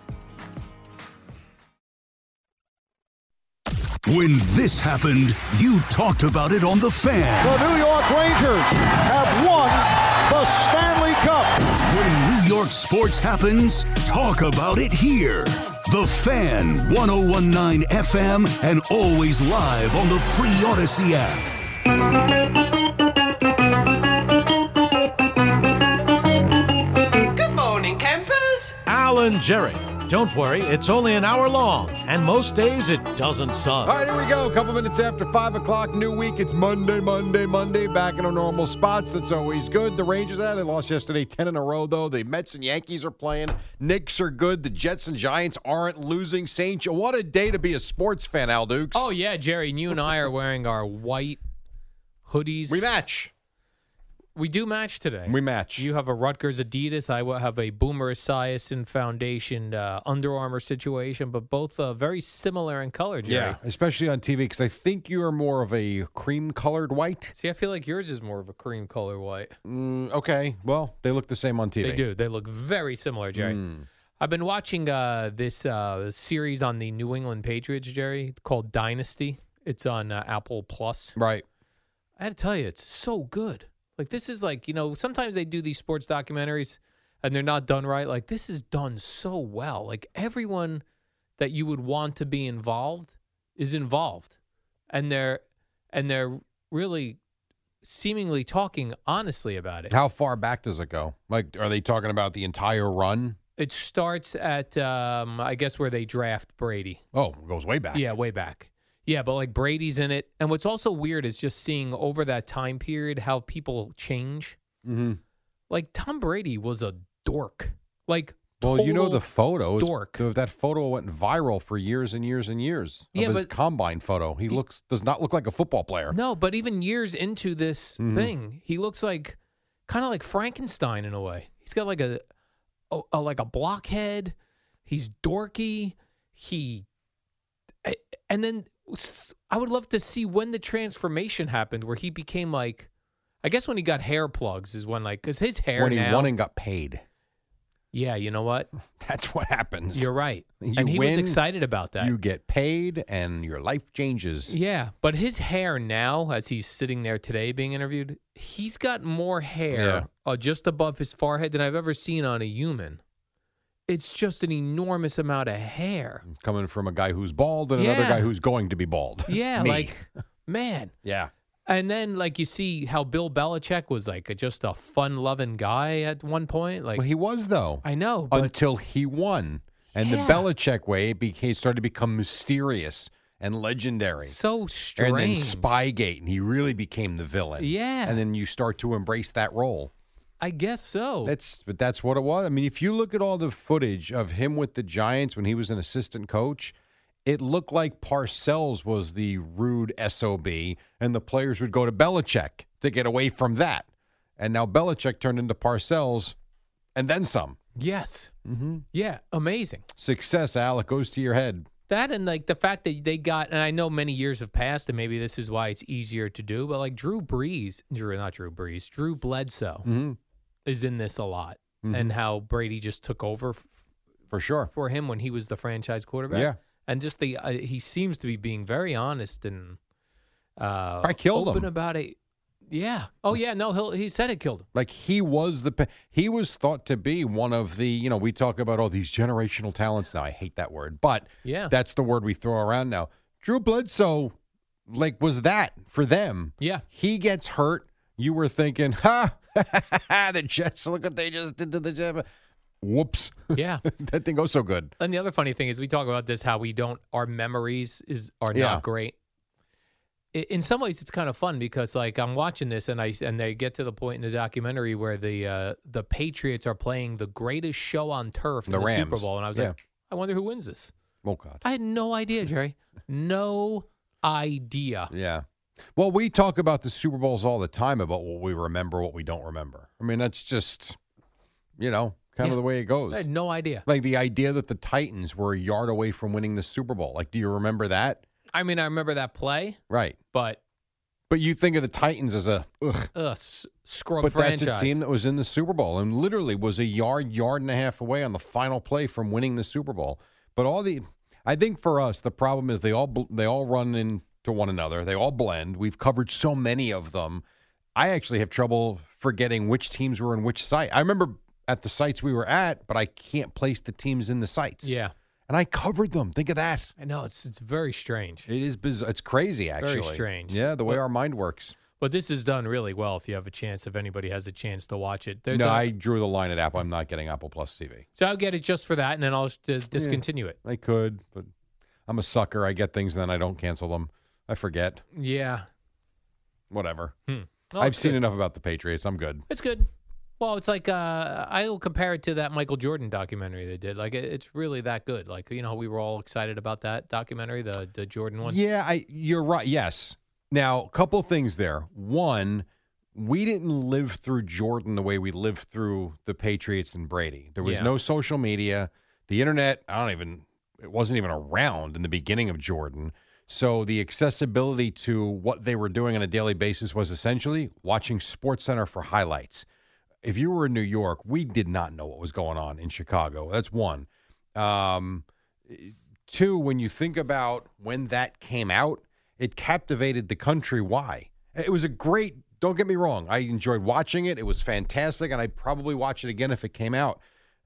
When this happened, you talked about it on The Fan. The New York Rangers have won the Stanley Cup. When New York sports happens, talk about it here. The Fan, 1019 FM, and always live on the free Odyssey app. Good morning, campers. Alan Jerry. Don't worry, it's only an hour long, and most days it doesn't suck. All right, here we go. A couple minutes after five o'clock, new week. It's Monday, Monday, Monday. Back in our normal spots. That's always good. The Rangers, ah, they lost yesterday, ten in a row though. The Mets and Yankees are playing. Knicks are good. The Jets and Giants aren't losing. Saint, Jo- what a day to be a sports fan, Al Dukes. Oh yeah, Jerry, and you and I are wearing our white hoodies. we match. We do match today. We match. You have a Rutgers Adidas. I will have a Boomer Esiason Foundation uh, Under Armour situation, but both uh, very similar in color, Jerry. yeah, especially on TV because I think you are more of a cream-colored white. See, I feel like yours is more of a cream color white. Mm, okay, well they look the same on TV. They do. They look very similar, Jerry. Hmm. I've been watching uh, this uh, series on the New England Patriots, Jerry, called Dynasty. It's on uh, Apple Plus. Right. I had to tell you, it's so good. Like this is like you know sometimes they do these sports documentaries and they're not done right. Like this is done so well. Like everyone that you would want to be involved is involved, and they're and they're really seemingly talking honestly about it. How far back does it go? Like, are they talking about the entire run? It starts at um, I guess where they draft Brady. Oh, it goes way back. Yeah, way back. Yeah, but like Brady's in it. And what's also weird is just seeing over that time period how people change. Mm-hmm. Like Tom Brady was a dork. Like Well, you know total the photo. is- dork. th- That photo went viral for years and years and years. Of Yeah, his but- combine photo. He looks does not look like a football player. No, but even years into this Mhm. thing, he looks like kind of like Frankenstein in a way. He's got like a, a, a- like a blockhead. He's dorky. He I- and then s- I would love to see when the transformation happened where he became like I guess when he got hair plugs is when like cuz his hair when he now won and got paid. Yeah, you know what? That's what happens. You're right. You and he win, was excited about that. You get paid and your life changes. Yeah, but his hair now, as he's sitting there today being interviewed, he's got more hair Yeah. uh, just above his forehead than I've ever seen on a human. It's just an enormous amount of hair. Coming from a guy who's bald and another Yeah. guy who's going to be bald. Yeah, Me. like man. yeah. And then like you see how Bill Belichick was like a, just a fun-loving guy at one point. Like well, he was though I know, but until he won, and Yeah. the Belichick way it became started to become mysterious and legendary. so strange. And then Spygate, and he really became the villain. Yeah. And then you start to embrace that role. I guess so. That's but that's what it was. I mean, if you look at all the footage of him with the Giants when he was an assistant coach, it looked like Parcells was the rude SOB, and the players would go to Belichick to get away from that. And now Belichick turned into Parcells and then some. yes. Mm-hmm. Yeah, amazing. Success, Al, it goes to your head. That and like the fact that they got, and I know many years have passed, and maybe this is why it's easier to do. But like Drew Brees, Drew not Drew Brees, Drew Bledsoe Mm-hmm. is in this a lot, and how Brady just took over f- For sure. for him when he was the franchise quarterback. Yeah. and just the uh, he seems to be being very honest and uh, Probably killed open him. about it. Yeah. Oh yeah. No, he'll, he said it killed him. Like he was the pa- he was thought to be one of the you know we talk about all these generational talents now. I hate that word, but Yeah. that's the word we throw around now. Drew Bledsoe, like, was that for them? Yeah. He gets hurt. You were thinking, ha, the Jets, look what they just did to the Jets. Whoops. Yeah. that didn't go so good. And the other funny thing is, we talk about this how we don't our memories is are Yeah. not great. I- In some ways, it's kind of fun because like I'm watching this and I and they get to the point in the documentary where the uh, the Patriots are playing the greatest show on turf in The the Super Rams. Bowl, and I was Yeah. like, I wonder who wins this. Oh, God. I had no idea, Jerry. No idea. Yeah. Well, we talk about the Super Bowls all the time about what we remember, what we don't remember. I mean, that's just, you know, kind Yeah. of the way it goes. I had no idea. Like the idea that the Titans were a yard away from winning the Super Bowl. Like, do you remember that? I mean, I remember that play, Right. but But you think of the Titans as a ugh, ugh, s- scrub but franchise. that's a team that was in the Super Bowl and literally was a yard, yard and a half away on the final play from winning the Super Bowl. But all the, I think for us the problem is they all bl- they all run into one another. They all blend. We've covered so many of them. I actually have trouble forgetting which teams were in which site. I remember at the sites we were at, but I can't place the teams in the sites. yeah, and I covered them. Think of that. I know it's it's very strange. It is bizarre. It's crazy, actually. strange. Yeah, the way But- our mind works. But this is done really well. If you have a chance, if anybody has a chance to watch it, There's no, a- I drew the line at Apple. I'm not getting Apple Plus TV. so I'll get it just for that, and then I'll just dis- discontinue it. I could, but I'm a sucker. I get things and then I don't cancel them. I forget. Yeah, Whatever. Hmm. No, I've it's seen good. enough about the Patriots. I'm good. It's good. Well, it's like uh, I'll compare it to that Michael Jordan documentary they did. Like it, it's really that good. Like you know, how we were all excited about that documentary, the the Jordan one. Yeah, I you're right. Yes. Now, couple things there. One, we didn't live through Jordan the way we lived through the Patriots and Brady. There was Yeah. no social media. The internet, I don't even it wasn't even around in the beginning of Jordan. So the accessibility to what they were doing on a daily basis was essentially watching Sports Center for highlights. If you were in New York, we did not know what was going on in Chicago. That's one. Um, Two, when you think about when that came out, it captivated the country. Why? It was a great, don't get me wrong, I enjoyed watching it. It was fantastic, and I'd probably watch it again if it came out.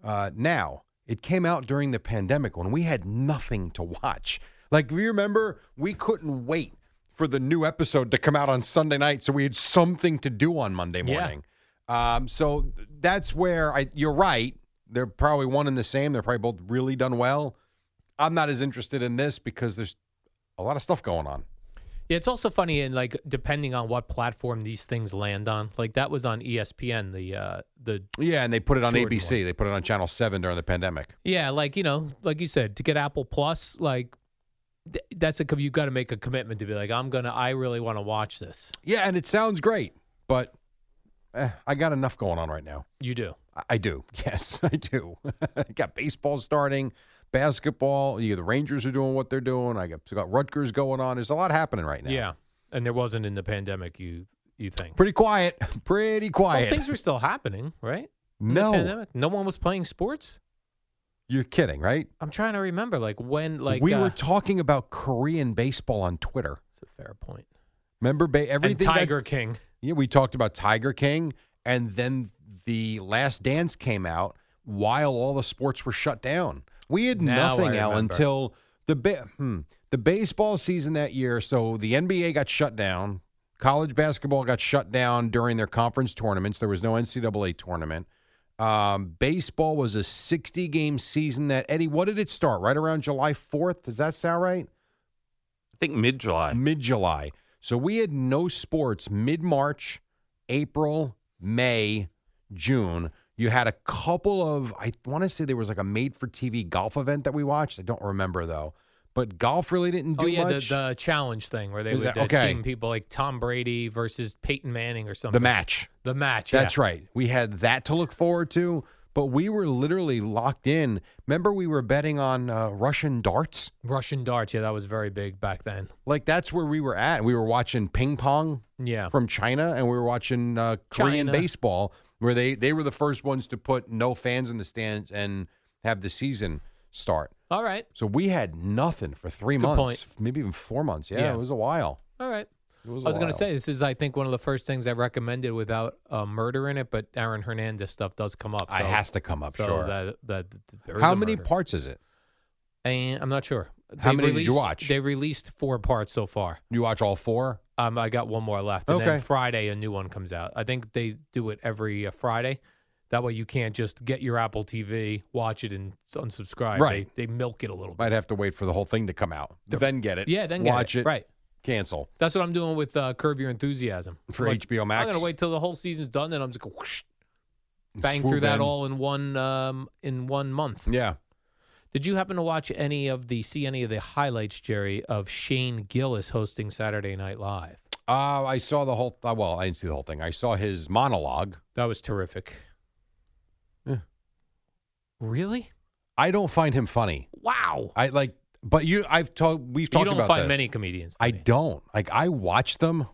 Uh, now, it came out during the pandemic when we had nothing to watch. Like, if you remember, we couldn't wait for the new episode to come out on Sunday night, so we had something to do on Monday Yeah. morning. Um, so th- that's where I, you're right. They're probably one and the same. They're probably both really done well. I'm not as interested in this because there's a lot of stuff going on. Yeah, it's also funny in like depending on what platform these things land on. Like that was on E ESPN. The uh, the Yeah, and they put it on Jordan ABC. They put it on Channel Seven during the pandemic. yeah, like you know, like you said, to get Apple Plus, like th- that's a com- you got to make a commitment to be like I'm gonna I really want to watch this. Yeah, and it sounds great, but eh, I got enough going on right now. You do. I, I do. Yes, I do. I got baseball starting, basketball. You the Rangers are doing what they're doing. I got, got Rutgers going on. There's a lot happening right now. Yeah, and there wasn't in the pandemic. You you think? pretty quiet. Pretty Well, quiet. things were still happening, right? In the no, pandemic? no one was playing sports. you're kidding, right? I'm trying to remember, like when, like we uh, were talking about Korean baseball on Twitter. It's a fair point. Remember, ba- And everything. that- Tiger King. Yeah, we talked about Tiger King, and then the Last Dance came out while all the sports were shut down. We had Now I nothing, Al, remember. until the ba- hmm, the baseball season that year. So the NBA got shut down. College basketball got shut down during their conference tournaments. There was no NCAA tournament. Um, baseball was a 60 game season that, Eddie, what did it start? Right around July 4th? Does that sound right? I think mid July. mid July. uh, So we had no sports mid March, April, May, June. You had a couple of, I want to say there was like a made for TV golf event that we watched. I don't remember though, but golf really didn't do Oh yeah, the, much. the challenge thing where they Is would that- uh, okay. team people like Tom Brady versus Peyton Manning or The something. match. The match. That's right. We had that to look forward to, but we were literally locked in. Remember, we were betting on uh, Russian darts? Russian darts. Yeah, that was very big back then. Like that's where we were at. We were watching ping pong Yeah. from China, and we were watching uh, Korean China. baseball, where they they were the first ones to put no fans in the stands and have the season start. All right. So we had nothing for three That's a good months, maybe even four months. Yeah, Yeah. it was a while. All right. It was I was going to to say this is, I think, one of the first things I recommended without uh, murder in it, but Aaron Hernandez stuff does come up. I so- has to come up. so sure. that, that, there is How a many murder. parts is it? And I'm not sure. How They've many did you released- watch? They released four parts so far. You watch all four? Um, I got one more left, and then Okay. Friday a new one comes out. I think they do it every uh, Friday. That way, you can't just get your Apple TV, watch it, and s- unsubscribe. Right. They, they milk it a little bit. Might have to wait for the whole thing to come out. Then get it. Yeah, then get watch it. Right. Cancel. That's what I'm doing with uh, Curb Your Enthusiasm For I'm HBO I'm Max? gonna wait till the whole season's done, then I'm just gonna whoosh, bang Swoop through that in. all in one um, in one month. Yeah. Did you happen to watch any of the see any of the highlights, Jerry, of Shane Gillis hosting Saturday Night Live? Uh, I saw the whole. Uh, well, I didn't see the whole thing. I saw his monologue. That was terrific. Yeah. Really? I don't find him funny. Wow. I like, but you. I've talked. We've talked you don't about find this. many comedians. I don't like. I watch them.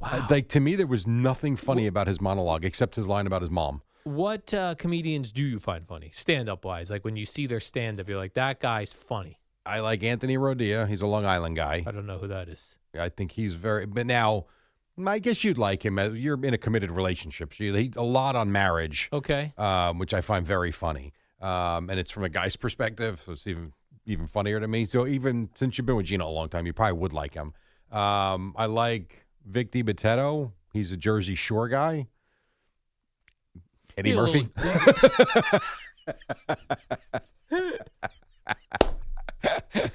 Wow. Like to me, there was nothing funny about his monologue except his line about his mom. What uh, comedians do you find funny, stand up wise? Like when you see their stand up, you're like, that guy's funny. I like Anthony Rodia. He's a Long Island guy. I don't know who that is. I think he's very. But now, I guess you'd like him. as- You're in a committed relationship. So you- he a lot on marriage, Okay. um, which I find very funny. Um, and it's from a guy's perspective, so it's even even funnier to me. So even since you've been with Gino a long time, you probably would like him. Um, I like Vic DiBattista. He's a Jersey Shore guy. Eddie Be a Murphy.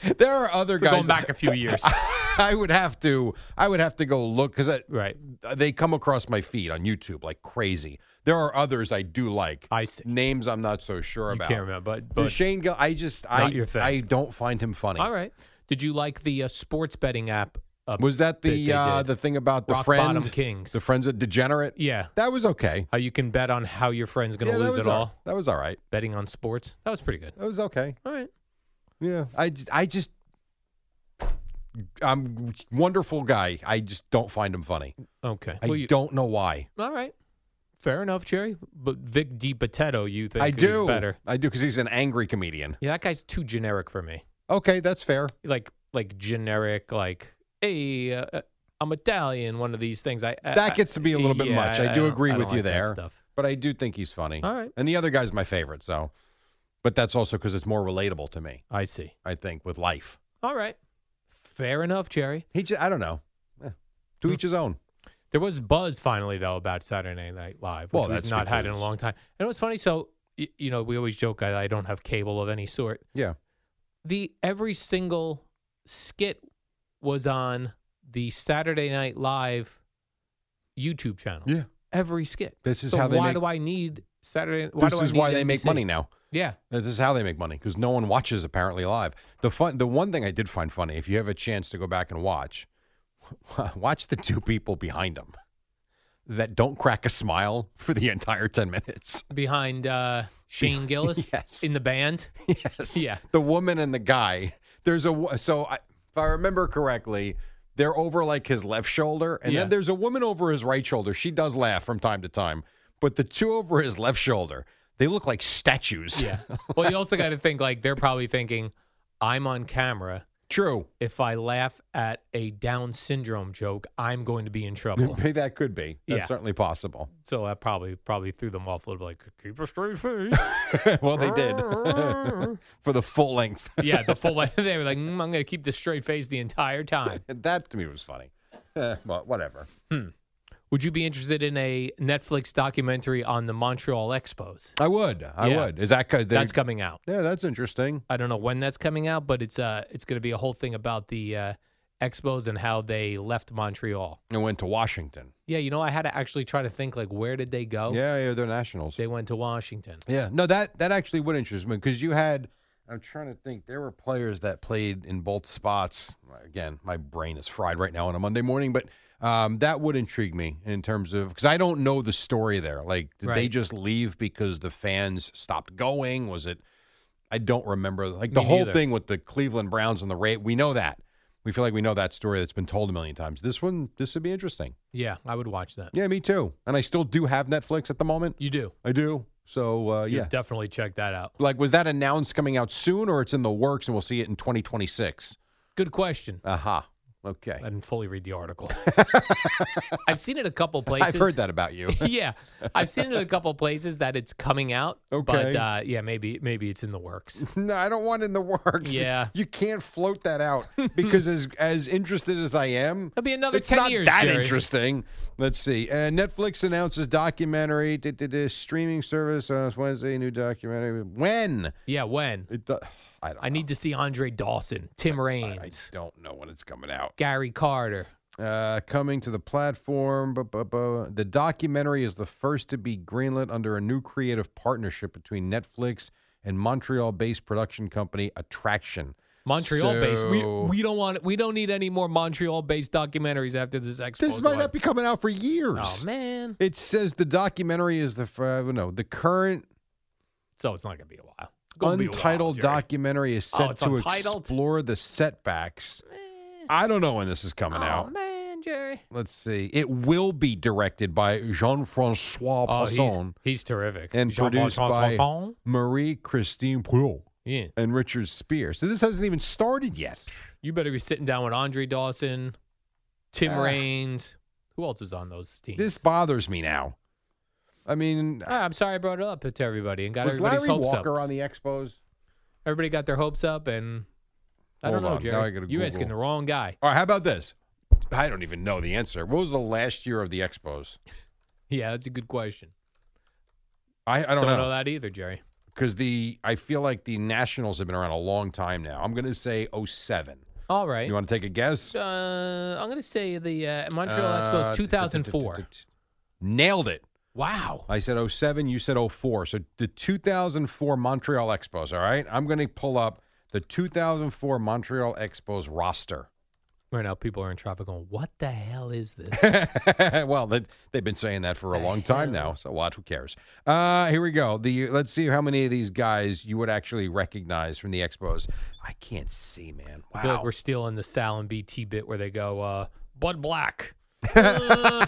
there are other So guys going back a few years. I would have to. I would have to go look because right. they come across my feed on YouTube like crazy. There are others I do like. I see. Names I'm not so sure You about. can't remember, but, The but Shane Gill, I just I Not your thing. I don't find him funny. all right. Did you like the uh, sports betting app? Uh, Was that they- the they uh, did? the thing about the Rock friend Bottom Kings? the friends at degenerate? yeah. That was okay. How you can bet on how your friend's going to Yeah, that lose was it all? That was all right. Betting on sports. That was pretty good. That was okay. All right. Yeah. I just, I just I'm wonderful guy. I just don't find him funny. Okay. I Well, you- don't know why. All right. Fair enough, Jerry. But Vic DiPotato, you think I is do. better? I do because he's an angry comedian. Yeah, that guy's too generic for me. Okay, that's fair. Like, like generic, like, hey, uh, uh, I'm Italian. One of these things. I, I that gets to be a little bit yeah, much. I, do don't- agree I don't with you like that there, stuff. but I do think he's funny. All right. And the other guy's my favorite, so. But that's also because it's more relatable to me. I see. I think with life, All right. Fair enough, Jerry. he just, I don't know. Hmm. Eh, To each his own. There was buzz finally though about Saturday Night Live, which Well, we've that's not had in a because- long time. And it was funny. So y- you know, we always joke I, I don't have cable of any sort. Yeah. The every single skit was on the Saturday Night Live YouTube channel. Yeah. Every skit. This is So how they why make- do I need Saturday? Why This do I is need why they make NBC? money now. Yeah. This is how they make money because no one watches apparently live. The fun, the one thing I did find funny, if you have a chance to go back and watch, watch the two people behind him that don't crack a smile for the entire ten minutes. Behind uh, Shane Gillis Yes. in the band. Yes. Yeah. The woman and the guy. There's a wo- so I, if I remember correctly, they're over like his left shoulder, and Yeah. then there's a woman over his right shoulder. She does laugh from time to time, but the two over his left shoulder, they look like statues. Yeah. Well, you also got to think like they're probably thinking, I'm on camera. True. if I laugh at a Down syndrome joke, I'm going to be in trouble. Maybe that could be. That's Yeah. certainly possible. so that probably probably threw them off a little bit. Like keep a straight face. well, they did for the full length. yeah, the full they were like, "Mm, I'm going to keep this straight face the entire time. that to me was funny. well, whatever. Would you be interested in a Netflix documentary on the Montreal Expos? I would. I Yeah. would. Is that because That's coming out. Yeah, that's interesting. I don't know when that's coming out, but it's uh it's going to be a whole thing about the uh, Expos and how they left Montreal. And went to Washington. Yeah, you know, I had to actually try to think like, where did they go? Yeah, yeah, they're nationals. They went to Washington. Yeah, no that that actually would interest me because you had. I'm trying to think. There were players that played in both spots. Again, my brain is fried right now on a Monday morning, but um, that would intrigue me in terms of because I don't know the story there. Like, did they Right. just leave because the fans stopped going? Was it? I don't remember. Like Me the whole neither. thing with the Cleveland Browns and the rate. We know that. We feel like we know that story that's been told a million times. This one, this would be interesting. Yeah, I would watch that. Yeah, me too. And I still do have Netflix at the moment. You do. I do. So uh, You yeah, definitely check that out. like was that announced coming out soon or it's in the works and we'll see it in 2026 Good question. aha Okay. I didn't fully read the article. I've seen it a couple places. I've heard that about you. yeah, I've seen it a couple places that it's coming out. Okay. But uh, yeah, maybe maybe it's in the works. No, I don't want it in the works. Yeah. You can't float that out because as as interested as I am, That'll be another it's 10 not years, that Jerry. interesting. Let's see. Uh, Netflix announces documentary d- d- d- streaming service on Wednesday. New documentary. When? Yeah, when? It do- I don't. I need to see Andre Dawson, Tim Raines, I don't know when it's coming out. Gary Carter. Uh, coming to the platform. Bu- bu- bu- The documentary is the first to be greenlit under a new creative partnership between Netflix and Montreal-based production company Attraction. Montreal based. We, So- we don't want we don't need any more Montreal based documentaries after this expo. This might not be coming out for years. Oh man. It says the documentary is the f- uh, no the current So it's not gonna be a while. It's gonna be a while, untitled Jerry. documentary is Oh, set it's to untitled? explore the setbacks. I don't know when this is coming Oh out. man, Jerry. Let's see. It will be directed by Jean-Francois Oh, he's, Passon he's terrific. and produced Jean-Francois by Passon? Marie Christine Poulot Yeah. and Richard Spear. So this hasn't even started yet. You better be sitting down with Andre Dawson, Tim Ah. Raines. Who else was on those teams? This bothers me now. I mean, Ah, I'm sorry I brought it up to everybody and got was everybody's Larry hopes Walker up. on the Expos? Everybody got their hopes up, and I Hold don't know, on, Jerry. now I gotta you Google. asking the wrong guy. All right, how about this? I don't even know the answer. What was the last year of the Expos? Yeah, that's a good question. I, I don't, know. know that either, Jerry. because the I feel like the Nationals have been around a long time now. I'm going to say 07. All right. You want to take a guess? uh, I'm going to say the uh, Montreal Uh, Expos 2004. Nailed it. Wow. I said 07, you said 04. So the 2004 Montreal Expos, all right? I'm going to pull up the 2004 Montreal Expos roster. Right now, people are in traffic going, what the hell is this? well, that, they've been saying that for a long time now. So what? Who cares? Uh, here we go. The let's see how many of these guys you would actually recognize from the Expos. I can't see, man. I feel Wow. like we're still in the Sal and BT bit where they go, uh, Bud Black. Uh,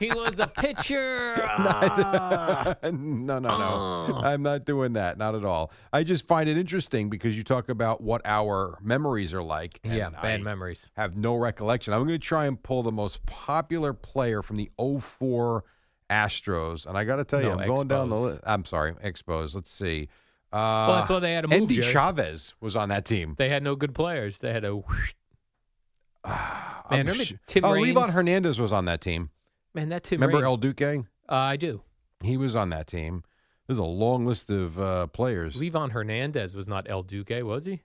he was a pitcher. Uh, Ah. no, no, no. I'm not doing that. Not at all. I just find it interesting because you talk about what our memories are like. and yeah, I bad memories. have no recollection. I'm going to try and pull the most popular player from the 04 Astros, and I got to tell you, No, I'm going down the Expos. list. I'm sorry, Expos. Let's see. Uh, that's why they had to move, Andy Jerry. Chavez was on that team. They had no good players. They had a. I'm Man, remember sh- Tim oh, Raines? Levon Hernandez was on that team. Man, that Tim Remember Raines- El Duque? Uh, I do. He was on that team. There's a long list of uh, players. Levon Hernandez was not El Duque, was he?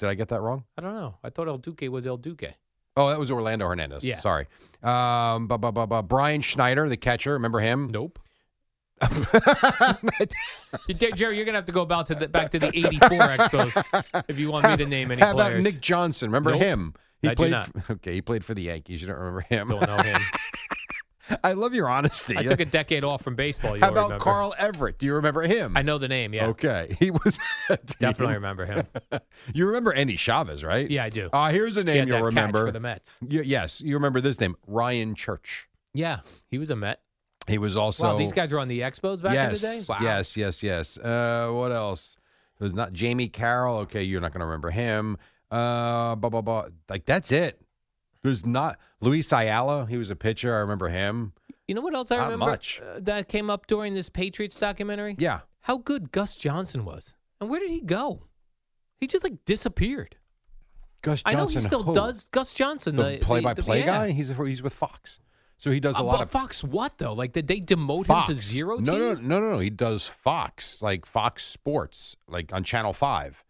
Did I get that wrong? I don't know. I thought El Duque was El Duque. Oh, that was Orlando Hernandez. Yeah. Sorry. Um, bu- bu- bu- bu- Brian Schneider, the catcher. Remember him? Nope. You- Jer- Jerry, you're gonna have to go about to the, back to the '84 Expos if you want me to name any How about players. Nick Johnson? Remember Nope. him? I do played. not. f- okay, he played for the Yankees. You don't remember him? Don't know him. I love your honesty. I took a decade off from baseball. You'll How about remember. Carl Everett? Do you remember him? I know the name. Yeah, Okay, he was definitely remember him. You remember Andy Chavez, right? Yeah, I do. Uh, here's a He name had you'll that catch remember. for the Mets. Y- yes, you remember this name, Ryan Church. Yeah, he was a Met. He was also wow, these guys were on the Expos back yes, in the day. Wow. Yes, yes, yes. Uh, what else? It was not Jamie Carroll. Okay, you're not going to remember him. Uh, blah blah blah. Like that's it. There's not Luis Ayala. He was a pitcher. I remember him. You know what else I Not remember much. uh, that came up during this Patriots documentary? Yeah. How good Gus Johnson was, and where did he go? He just like disappeared. Gus I know he still who? does. Gus Johnson, the The play-by-play the- yeah. guy. He's he's with Fox, so he does a Uh, lot but of Fox. What though? Like did they demote him to zero? No, no, team? no, no, no. He does Fox, like Fox Sports, like on Channel Five.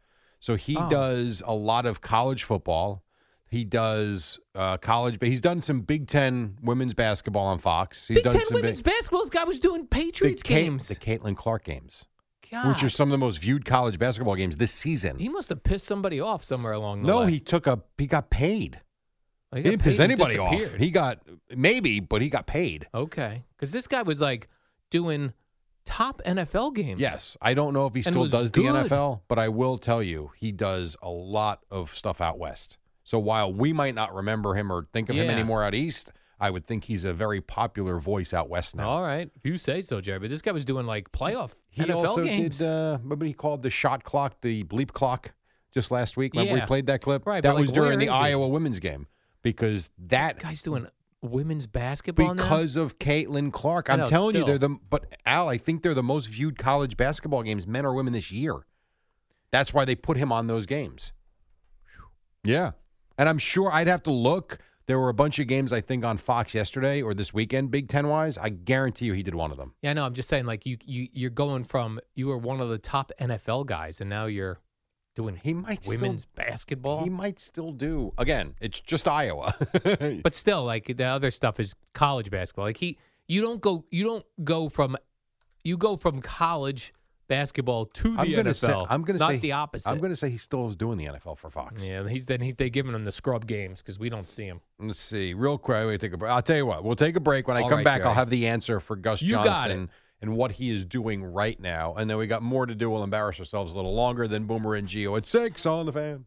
So he Oh. does a lot of college football. He does uh, college, but he's done some Big Ten women's basketball on Fox. He's Big done Ten some women's basketball guy was doing Patriots the Ca- games. the Caitlin Clark games, God, which are some of the most viewed college basketball games this season. he must have pissed somebody off somewhere along the no, way. he took a he got paid. Oh, He, got didn't paid piss and anybody off. disappeared. He got maybe, but he got paid. okay, because this guy was like doing top NFL games. Yes, I don't know if he And still was does the good. NFL, but I will tell you he does a lot of stuff out west. So while we might not remember him or think of him Yeah. anymore out east, I would think he's a very popular voice out west now. All right, if you say so, Jerry. But this guy was doing like playoff He NFL also uh, games. did. Uh, remember, he called the shot clock the bleep clock. just last week. Remember we Yeah. played that clip? Right, that but, like, was during where the is it? Iowa women's game because that guy's doing women's basketball now? because of Caitlin Clark. I I'm know, telling you, still. they're the but Al. I think they're the most viewed college basketball games, men or women, this year. That's why they put him on those games. Yeah, and I'm sure I'd have to look. There were a bunch of games I think on Fox yesterday or this weekend, Big Ten wise. I guarantee you, he did one of them. Yeah, no, I'm just saying, like you, you, you're going from you were one of the top NFL guys, and now you're doing he might still- women's basketball. He might still do. Again, it's just Iowa. but still, like the other stuff is college basketball. Like he, you don't go, you don't go from, you go from college basketball to the I'm gonna NFL. say I'm going to not say the opposite. I'm going to say he still is doing the NFL for Fox. yeah, he's then he, they giving him the scrub games because we don't see him. Let's see, real quick. We take a break. I'll tell you what. We'll take a break. When I All come right, back, I'll Jerry. have the answer for Gus You got Johnson and what he is doing right now. And then we got more to do. We'll embarrass ourselves a little longer than Boomer and Geo at six on the fan.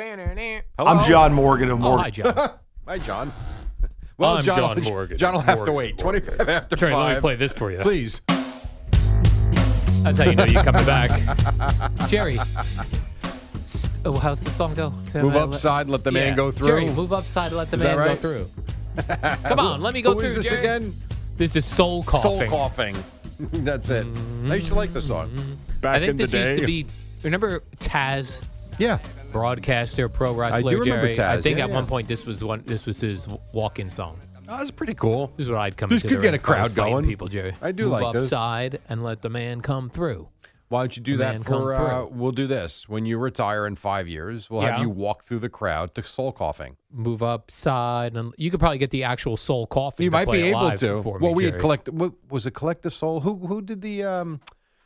I'm John Morgan of Oh, Morgan. hi, John. hi, John. Well, I'm Oh, John, John Morgan. John will have to Morgan, wait. Morgan. 25 after Jerry, five. let me play this for you. Please. That's how you know you're coming back, Jerry. s- Oh, how's the song go? Move upside, let the man Yeah. go through. Jerry, move upside, let the Is that man go right? through. Come on, let me go Who through. is this Jerry. again? This is soul coughing. Soul coughing. That's it. I used to like the song. Mm-hmm. Back I think this used to be. Remember Taz? Yeah. Broadcaster, pro wrestler. do Jerry. remember I Taz, think yeah, at yeah. one point this was one. This was his walk-in song. Oh, that's pretty cool. This is what I'd come. This to could the get ring a for, is crowd fighting going. People, Jerry. I do Move like this. upside and let the man come through. Why don't you do The that man come for? Uh, through. we'll do this when you retire in five years. We'll have Yeah. you walk through the crowd to soul coughing. Move upside and you could probably get the actual soul coffee. You to might be play able live to. For me, well, we had Jerry. collect. What was a collective soul? Who who did the? Um,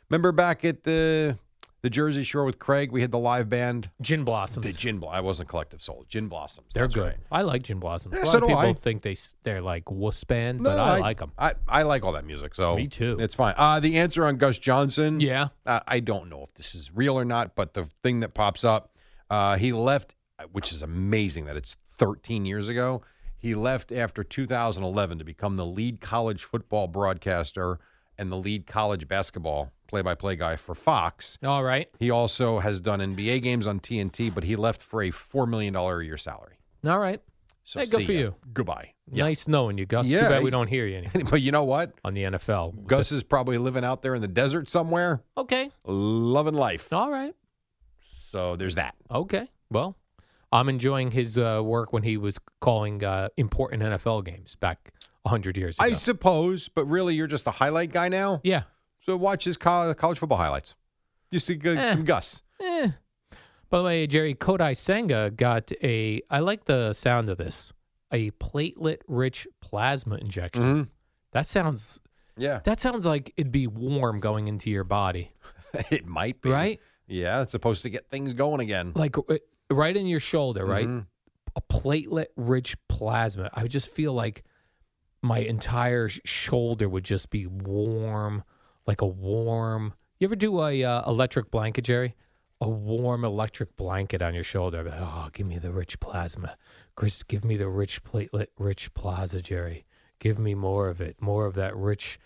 remember back at the the Jersey Shore with Craig, we had the live band. gin blossoms. The gin. Blo- I wasn't collective soul. Gin blossoms. They're that's good. right. I like Gin Blossoms. Yeah, a lot so of do people I. think they s- they're like wuss band, No, but I, like 'em. I, I like all that music. So Me too. It's fine. Uh, the answer on Gus Johnson. Yeah. Uh, I don't know if this is real or not, but the thing that pops up, uh, he left, which is amazing that it's 13 years ago. He left after 2011 to become the lead college football broadcaster and the lead college basketball play-by-play guy for Fox. All right. He also has done NBA games on TNT, but he left for a four million dollar a year salary. All right. So Hey, good see for ya. you. Goodbye. Nice knowing you, Gus. Yeah, Too bad you- we don't hear you anymore But you know what? on the NFL. Gus is probably living out there in the desert somewhere, Okay. loving life. All right. So there's that. Okay. Well, I'm enjoying his uh, work when he was calling uh, important NFL games back 100 years ago. I suppose, but really, you're just a highlight guy now. yeah. So watch his col- college football highlights. You see good, Eh. some Gus. Eh. By the way, Jerry Kodai Senga got a. I like the sound of this. A platelet-rich plasma injection. Mhm. That sounds. Yeah, That sounds like it'd be warm going into your body, it might be right? Yeah, it's supposed to get things going again. Like uh, right in your shoulder, right? Mhm. a platelet rich plasma. I would just feel like my entire sh- shoulder would just be warm, like a warm. You ever do a uh, electric blanket, Jerry? A warm electric blanket on your shoulder. I'd be like, Oh, give me the rich plasma, Chris. Give me the rich platelet rich plasma, Jerry. Give me more of it, more of that rich.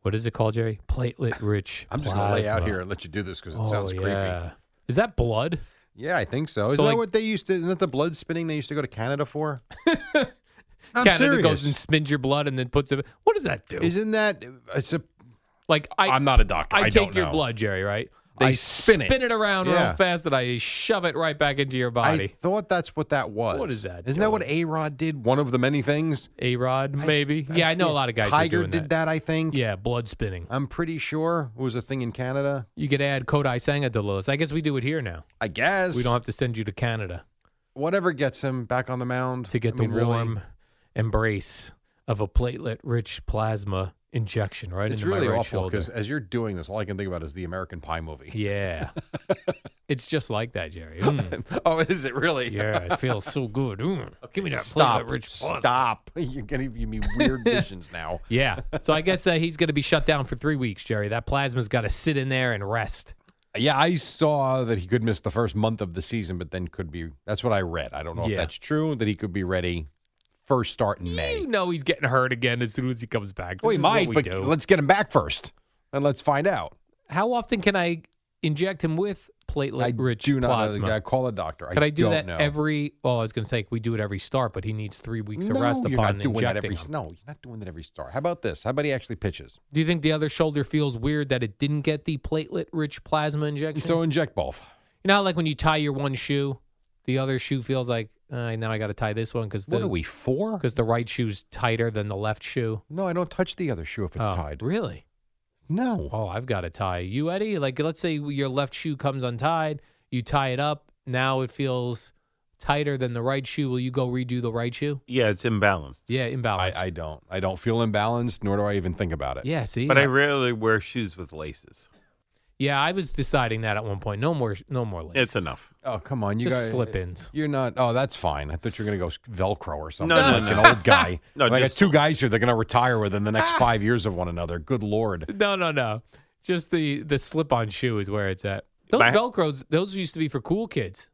What is it called, Jerry? Platelet rich. I'm just gonna lay out plasma. here and let you do this because it Oh, sounds creepy. yeah. Is that blood? Yeah, I think so. So, Is that like- what they used to? Isn't that the blood spinning they used to go to Canada for? I'm Canada serious. goes and spins your blood and then puts it. What does that do? Isn't that? It's a, Like I, I'm not a doctor. I, I take don't your know. blood, Jerry, right? They I spin it. around Yeah. real fast and I shove it right back into your I body. thought that's what that was. What is that, Isn't that Joey? what A Rod did? One of the many things. A Rod, maybe. yeah, I know a lot of guys. are Tiger doing did that. I think. Yeah, blood spinning. I'm pretty sure it was a thing in Canada. You could add Kodai Senga to the list. I guess we do it here now. I guess We don't have to send you to Canada whatever gets him back on the mound to get I mean, the really, warm embrace of a platelet-rich plasma injection right it's into really my right awful shoulder. because as you're doing this, all I can think about is the American Pie movie. Yeah. it's just like that, Jerry. Mm. oh, is it really? yeah, it feels so good. Mm. Give me that Stop. flavor, rich pasta. Stop. You're going to give me weird visions now. Yeah. So I guess uh, he's going to be shut down for three weeks, Jerry. That plasma's got to sit in there and rest. Yeah, I saw that he could miss the first month of the season, but then could be. That's what I read. I don't know Yeah. if that's true, that he could be ready first start in May. You know he's getting hurt again as soon as he comes back. Well, This he is what might, we but do. let's get him back first and let's find out. How often can I inject him with platelet rich do not know the plasma? guy. Call a doctor. I Could I do don't that know. every? Well, I was going to say we do it every start, but he needs three weeks no, of rest you're upon not doing that injecting every. him. No, you're not doing that every start. How about this? How about he actually pitches? Do you think the other shoulder feels weird that it didn't get the platelet-rich plasma injection? So inject both. you know, how, like when you tie your one shoe, the other shoe feels like uh, now I got to tie this one because What the are we for? because the right shoe's tighter than the left shoe. No, I don't touch the other shoe if it's Oh, tied. Mm-hmm. Really? No. Oh, I've got to tie you, Eddie. Like, let's say your left shoe comes untied, you tie it up. Now it feels tighter than the right shoe. Will you go redo the right shoe? Yeah, it's imbalanced. Yeah, I, imbalanced. I don't. I don't feel imbalanced, nor do I even think about it. Oh, yeah, see. But I rarely wear shoes with laces. yeah, I was deciding that at one point. No more, no more laces. It's enough. Oh, come on. You Just guys, slip-ins. You're not. Oh, that's fine. I thought you were going to go Velcro or something. No, no, like no. an old guy. No, like I got just- Ah! two guys here. They're going to retire within the next five years of one another. Good lord. No, no, no. Just the the slip on shoe is where it's at. Those My- velcros, those used to be for cool kids.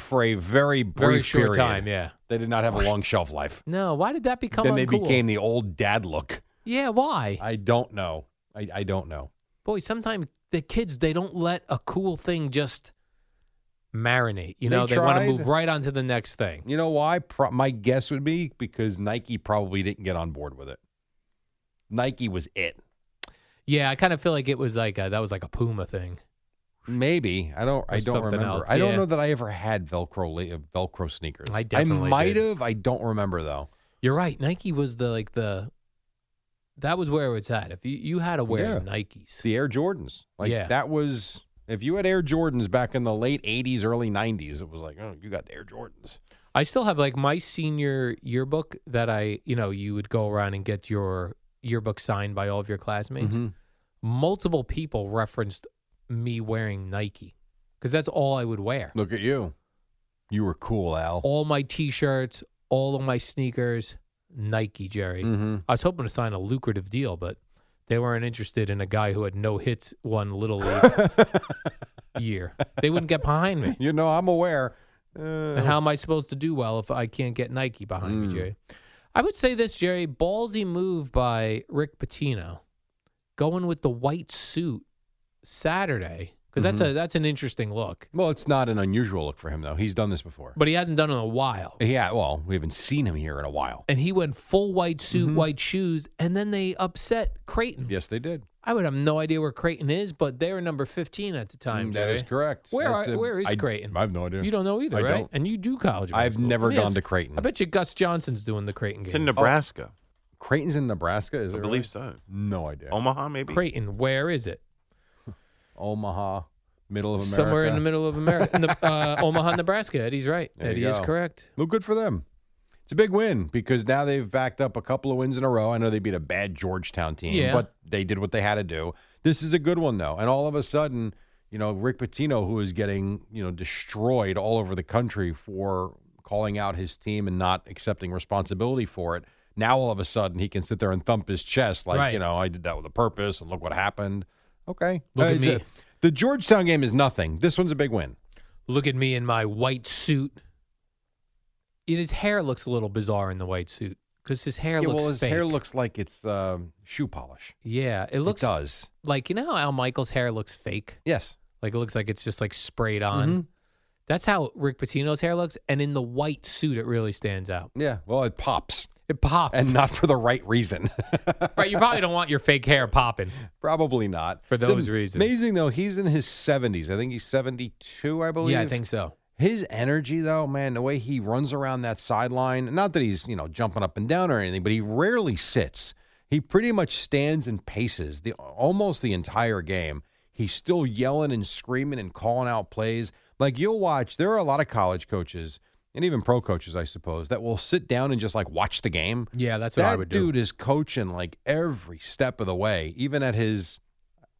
For a very brief Very short period, time, yeah. They did not have a long shelf life. No, why did that become then they uncool? became the old dad look. yeah, why? I don't know. I, I don't know. Boy, sometimes the kids they don't let a cool thing just marinate. You They know, they want to tried. move right on to the next thing. You know why? Pro- my guess would be because Nike probably didn't get on board with it. Nike was it. Yeah, I kind of feel like it was like a, that was like a Puma thing. Maybe I don't. I don't something remember. else, I don't yeah. know that I ever had Velcro la- uh, Velcro sneakers. I definitely I might did. have. I don't remember though. You're right. Nike was the like the that was where it's at. If you, you had to wear Yeah. Nikes, The Air Jordans. Like Yeah. that was. If you had Air Jordans back in the late '80s, early '90s, it was like, oh, you got the Air Jordans. I still have like my senior yearbook that I, you know, you would go around and get your yearbook signed by all of your classmates. Mhm. Multiple people referenced me wearing Nike because that's all I would wear. Look at you. You were cool, Al. All my t shirts, all of my sneakers, Nike, Jerry. Mhm. I was hoping to sign a lucrative deal, but they weren't interested in a guy who had no hits one little league year. They wouldn't get behind me. You know, I'm aware. Uh, And how am I supposed to do well if I can't get Nike behind Hmm. me, Jerry? I would say this, Jerry, ballsy move by Rick Pitino, going with the white suit Saturday because Mm-hmm. that's a that's an interesting look, well, it's not an unusual look for him though. He's done this before. but he hasn't done it in a while. Yeah, well, we haven't seen him here in a while. And he went full white suit, Mhm. white shoes, and then they upset Creighton. Yes, they did. I would have no idea where Creighton is, but they were number fifteen at the time. Mm, that is Jerry. correct. Where That's are- a- where is I- Creighton? I have no idea. You don't know either, I right? don't. And you do college. I've basketball. never Let me gone ask- to Creighton. I bet you Gus Johnson's doing the Creighton game. It's Oh, in Nebraska. Creighton's in Nebraska. Is it I believe right? so. No idea. Omaha, maybe. Creighton, where is it? Omaha, middle of America. Somewhere in the middle of America, Ne- uh, Omaha, Nebraska. Eddie's right. There you Eddie is go. correct. Well, good for them. It's a big win because now they've backed up a couple of wins in a row. I know they beat a bad Georgetown team, Yeah. but they did what they had to do. This is a good one though, and all of a sudden, you know, Rick Pitino, who is getting you know destroyed all over the country for calling out his team and not accepting responsibility for it. Now all of a sudden he can sit there and thump his chest like Right. you know I did that with a purpose and look what happened. Okay, Look at it's a- me. the Georgetown game is nothing. This one's a big win. Look at me in my white suit. And his hair looks a little bizarre in the white suit because his hair Yeah, looks well, his fake. hair looks like it's um, shoe polish. yeah, it looks it does. like you know how Al Michaels' hair looks fake. Yes. Like it looks like it's just like sprayed on. Mm-hmm. That's how Rick Pitino's hair looks, and in the white suit, it really stands out. Mm-hmm. Yeah. Well, it pops, It pops. and not for the right reason. right, you probably don't want your fake hair popping. Probably not For those It's reasons. Amazing though, he's in his seventies. I think he's seventy-two. I believe. Yeah, I think so. his energy though, man, the way he runs around that sideline. Not that he's you know jumping up and down or anything, but he rarely sits. He pretty much stands and paces the almost the entire game. He's still yelling and screaming and calling out plays. Like you'll watch, there are a lot of college coaches and even pro coaches, I suppose, that will sit down and just like watch the game. Yeah, that's what I That would do. Dude is coaching like every step of the way, even at his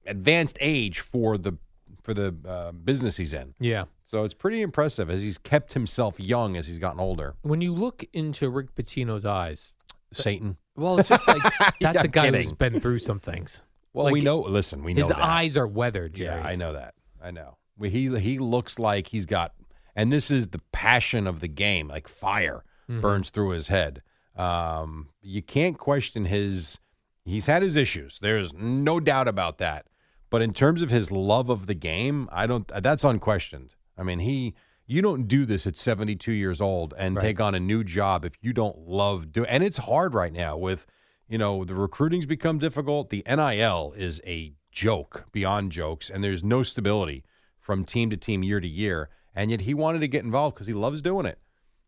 advanced age for the for the uh, business he's in. Yeah. So it's pretty impressive as he's kept himself young as he's gotten older. When you look into Rick Pitino's eyes, Satan. well, it's just like that's I'm a guy who's kidding. been through some things. Well, Like, we know. Listen, we know his that. eyes are weathered. Jerry. Yeah, I know that. I know. Well, He he looks like he's got, and this is the passion of the game. Like fire Mhm. burns through his head. Um, you can't question his. He's had his issues. There's no doubt about that. But in terms of his love of the game, I don't. That's unquestioned. I mean, he. You don't do this at 72 years old and Right. take on a new job if you don't love do. And it's hard right now with, you know, the recruiting's become difficult. The NIL is a joke beyond jokes, and there's no stability from team to team, year to year. And yet he wanted to get involved because he loves doing it.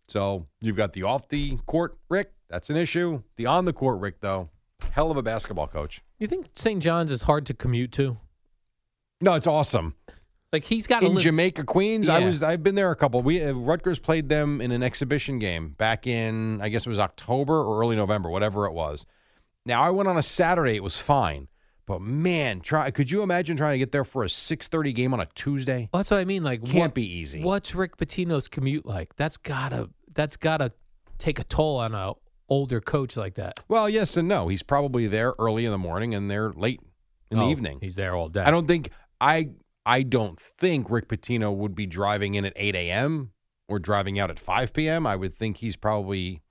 So you've got the off the court Rick. That's an issue. The on the court Rick, though, hell of a basketball coach. You think St. John's is hard to commute to? No, it's awesome. Like he's got to in live. Jamaica, Queens. I Yeah. was I've been there a couple. We uh, Rutgers played them in an exhibition game back in I guess it was October or early November, whatever it was. Now I went on a Saturday. It was fine, but man, try could you imagine trying to get there for a six thirty game on a Tuesday? Well, that's what I mean. Like Can't what- be easy. What's Rick Pitino's commute like? That's gotta that's gotta take a toll on a older coach like that. Well, yes and no. He's probably there early in the morning and there late in Oh, the evening. He's there all day. I don't think I I don't think Rick Pitino would be driving in at 8 a.m. or driving out at 5 p.m. I would think he's probably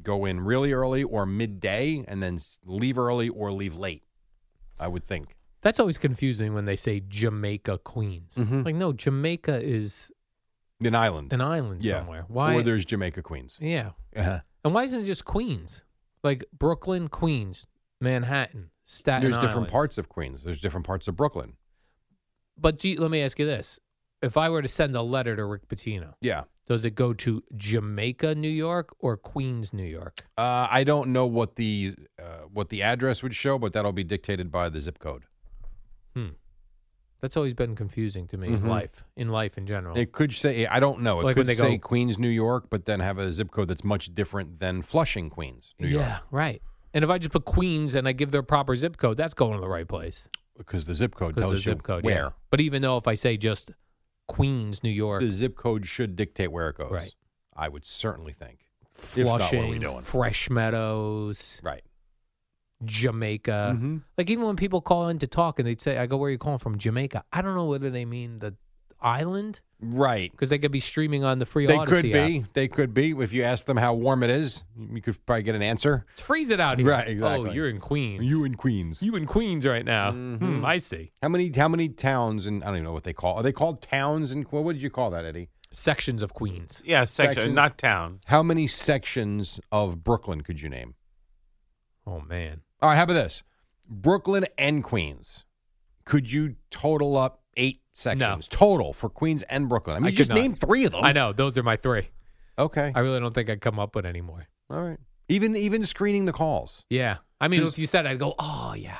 go in really early or midday and then s- leave early or leave late. I would think. That's always confusing when they say Jamaica Queens. Mhm. Like no, Jamaica is An island. an island Yeah. somewhere. Why? Or there's Jamaica Queens. yeah. Uh-huh. And why isn't it just Queens? Like Brooklyn, Queens, Manhattan, Staten There's different Island. parts of Queens. There's different parts of Brooklyn. But do you, let me ask you this: If I were to send a letter to Rick Pitino, Yeah. does it go to Jamaica, New York, or Queens, New York? Uh, I don't know what the uh, what the address would show, but that'll be dictated by the zip code. That's always been confusing to me Mhm. in life, in life in general. It could say I don't know. It Like could when they say go- Queens, New York, but then have a zip code that's much different than Flushing, Queens, New yeah, York, right. And if I just put Queens and I give their proper zip code, that's going to the right place because the zip code because tells the zip you code. yeah. where. But even though if I say just Queens, New York, The zip code should dictate where it goes. Right. I would certainly think. if not, what are we Flushing, doing? Fresh Meadows, Right. Jamaica. Mhm. Like even when people call in to talk and they'd say, "I go, where are you calling from?" Jamaica. I don't know whether they mean the island Right. because they could be streaming on the free They Odyssey could app. be. They could be. If you ask them how warm it is, you could probably get an answer. It's freeze it out here. Right, Oh, exactly. you're in Queens. You in Queens. You in Queens right now. Mhm. Hmm, I see. How many how many towns and I don't even know what they call. Are they called towns and what did you call that, Eddie? Sections of Queens. Yeah, section, Sections. not town. How many sections of Brooklyn could you name? Oh man. All right, how about this? Brooklyn and Queens. Could you total up eight sections total for Queens and Brooklyn? I mean, I you could just not. named three of them. I know. Those are my three. Okay. I really don't think I'd come up with any more. All right. Even even screening the calls. Yeah. I mean, Just- if you said, I'd go, oh yeah.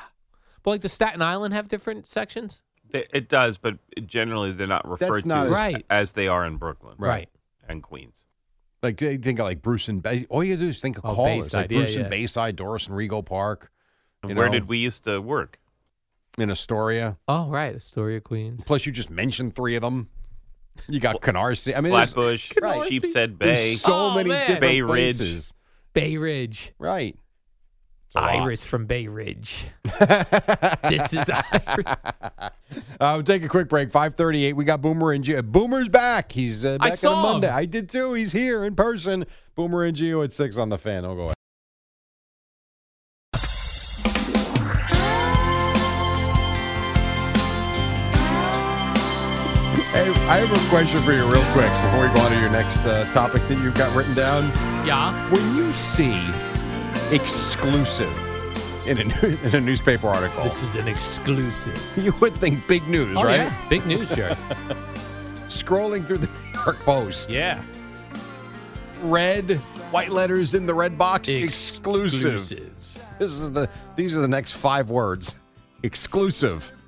But like, does Staten Island have different sections? They- It does, but generally they're not referred to not as- as, Right. as they are in Brooklyn Right. and Queens. Like they think of like Bruce and Bay- all you do is think of Oh, calls like Bayside. Yeah, Bruce and yeah. Bayside, Doris and Regal Park. And you Where know, did we used to work? in Astoria? Oh right, Astoria, Queens. Plus, you just mentioned three of them. You got Canarsie. I mean, there's, Flatbush, Right. Sheepshead Bay. there's so Oh, many man. different Bay Ridge. places. Bay Ridge. Right. It's a lot. Iris from Bay Ridge. This is Iris. Uh, we'll take a quick break. Five thirty-eight. We got Boomer and Gio. Boomer's back. He's uh, I back on saw a him. Monday. I did too. He's here in person. Boomer and Gio at six on the fan. I'll go ahead. Hey, I have a question for you, real quick, before we go on to your next uh, topic that you've got written down. Yeah. When you see exclusive in a, new- in a newspaper article, This is an exclusive. you would think big news, Oh, right? yeah. Big news, Jerry. Scrolling through the New York Post, yeah. red, white letters in the red box, exclusive. Exclusive. This is the these are the next five words. Exclusive.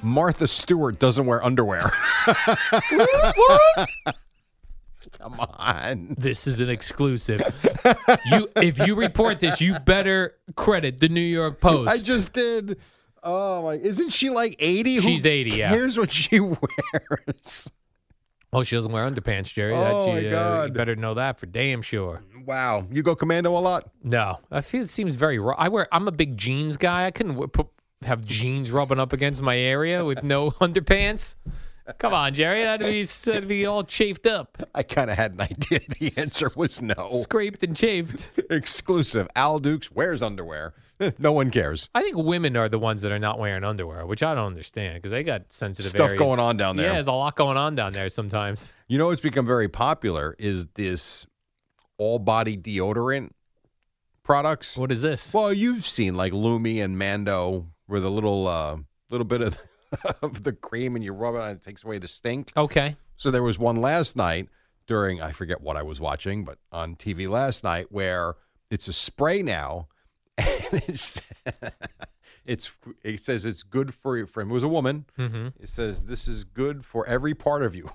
Martha Stewart doesn't wear underwear. Come on. This is an exclusive. you, if you report this, you better credit the New York Post. I just did. Oh my! Isn't she like eighty? She's 80, yeah. Here's what she wears. oh, she doesn't wear underpants, Jerry. That Oh, you, my uh, you God. better know that for damn sure. Wow, you go commando a lot. No, I feel it seems very raw. I wear. I'm a big jeans guy. I couldn't w- put, have jeans rubbing up against my area with no underpants. Come on, Jerry. That'd be that'd be all chafed up, I kind of had an idea. The answer was no. scraped and chafed. Exclusive. Al Dukes wears underwear. no one cares. I think women are the ones that are not wearing underwear, which I don't understand because they got sensitive Stuff areas. going on down there. Yeah, there's a lot going on down there sometimes. You know what's become very popular is this all body deodorant products. What is this? Well, you've seen like Lumi and Mando with a little uh, little bit of, of the cream and you rub it on it takes away the stink. Okay. So there was one last night during I forget what I was watching, but on TV last night where it's a spray now and it's it's it says it's good for your friend. It was a woman. Mm-hmm. It says this is good for every part of you,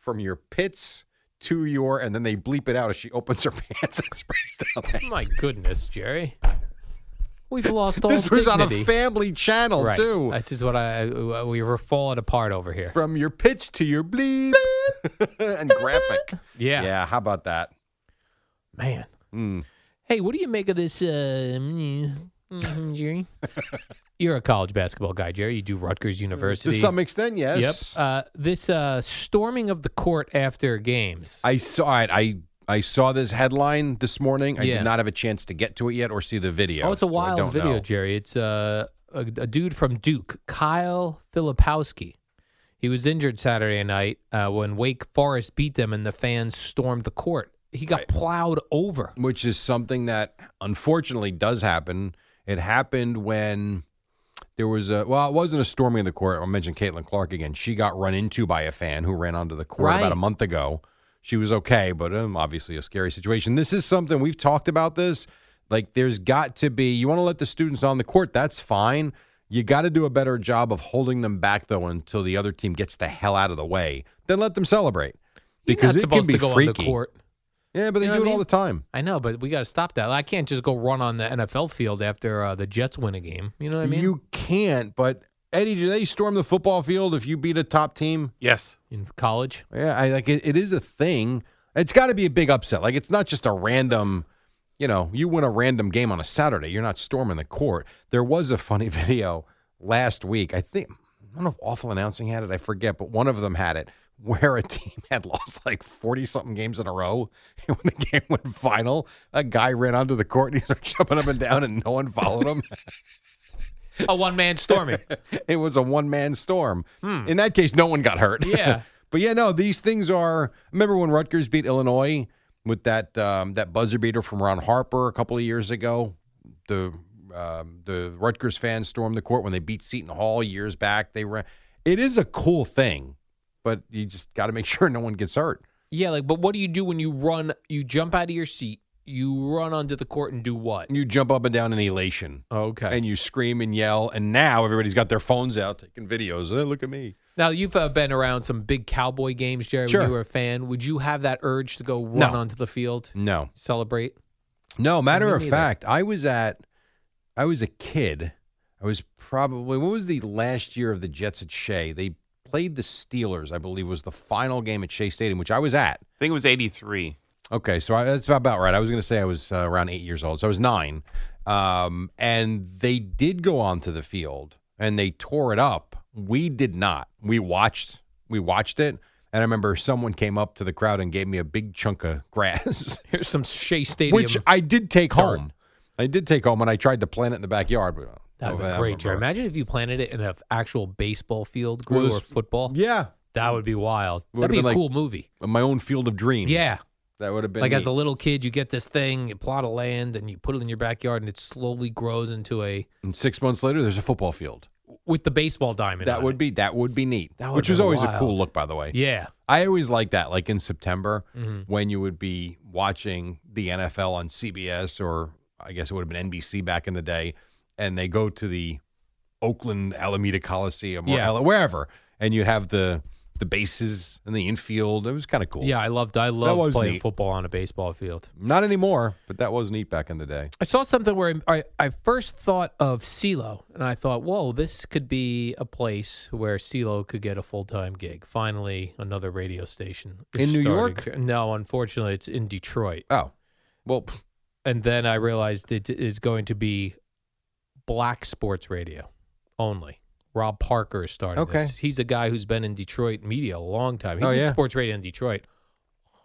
from your pits to your, and then they bleep it out as she opens her pants and sprays down. there. My goodness, Jerry. We've lost all This was on dignity. a family channel right. too. This is what I uh, we were falling apart over here. From your pits to your bleep and graphic. Yeah. Yeah, how about that? Man. Mm. Hey, what do you make of this, uh, mm, mm, Jerry? You're a college basketball guy, Jerry. You do Rutgers To University. some extent, yes. Yep. Uh, this uh, storming of the court after games. I saw all right, I I saw this headline this morning. I Yeah. did not have a chance to get to it yet or see the video. oh, it's a so I wild don't video, know. Jerry. It's uh, a, a dude from Duke, Kyle Filipowski. He was injured Saturday night uh, when Wake Forest beat them and the fans stormed the court. He got plowed over. which is something that unfortunately does happen. It happened when there was a well, it wasn't a storming of the court. I'll mention Caitlin Clark again. She got run into by a fan who ran onto the court about Right. a month ago. She was okay, but um, obviously a scary situation. This is something we've talked about. This like there's got to be. You want to let the students on the court. That's fine. You got to do a better job of holding them back though until the other team gets the hell out of the way. Then let them celebrate You're because not it can supposed be to go freaky. on the court. Yeah, but they You know do it what I all mean? the time. I know, but we got to stop that. I can't just go run on the NFL field after uh, the Jets win a game. You know what I mean? You can't, but Eddie, do they storm the football field if you beat a top team? Yes. In college, Yeah, I like it, it is a thing. It's got to be a big upset. Like it's not just a random, you know, you win a random game on a Saturday, you're not storming the court. There was a funny video last week. I think I don't know if awful announcing had it, I forget, but one of them had it where a team had lost like 40 something games in a row and when the game went final, a guy ran onto the court and he started jumping up and down and no one followed him. a one man storming. it was a one man storm. In that case, no one got hurt. Yeah. but yeah, no, these things are. Remember when Rutgers beat Illinois with that um, that buzzer beater from Ron Harper a couple of years ago? The um, the Rutgers fans stormed the court when they beat Seton Hall years back. They ran. It is a cool thing, but you just got to make sure no one gets hurt. yeah, like, but what do you do when you run? You jump out of your seat, you run onto the court and do what? Oh, You jump up and down in elation. Okay. And you scream and yell, and now everybody's got their phones out taking videos. Hey, look at me. now you've uh, been around some big cowboy games, Jerry. Sure. When you were a fan, would you have that urge to go run No. onto the field, No, celebrate? No, matter of neither. fact, I was at, I was a kid. I was probably what was the last year of the Jets at Shea? They played the Steelers, I believe, was the final game at Shea Stadium, which I was at. I think it was 83. Okay, so I, that's about right. I was going to say I was uh, around eight years old, so I was nine, um, and they did go onto the field and they tore it up. We did not. We watched. We watched it, and I remember someone came up to the crowd and gave me a big chunk of grass. Here's some Shea Stadium. Which I did take dirt. home. I did take home, and I tried to plant it in the backyard. but- uh, That'd I be don't great, Jerry. remember. Imagine if you planted it in an actual baseball field, grew Well, or this- football. Yeah, That would be wild. That'd Would've be been a like- cool movie. my own field of dreams. Yeah. that would have been like as neat. a little kid, you get this thing, you plot a land, and you put it in your backyard, and it slowly grows into a And six months later, there's a football field. with the baseball diamond. That on would it. be that would be neat. That would've which was been always a wild. cool look, by the way. yeah. I always like that, like in September Mhm. when you would be watching the NFL on CBS or I guess it would have been NBC back in the day, and they go to the Oakland Alameda Coliseum or Yeah. Ala- wherever, and you have the the bases and the infield. It was kind of cool. Yeah, I loved. I loved playing football on a baseball field. Not anymore, but that was neat back in the day. I saw something where I, I first thought of CeeLo, and I thought, whoa, this could be a place where CeeLo could get a full time gig. Finally, another radio station. is In New starting- No, unfortunately, it's in Detroit. Oh, well. And then I realized it is going to be black sports radio only. Rob Parker is starting Okay. this. He's a guy who's been in Detroit media a long time. He Oh, did yeah. sports radio in Detroit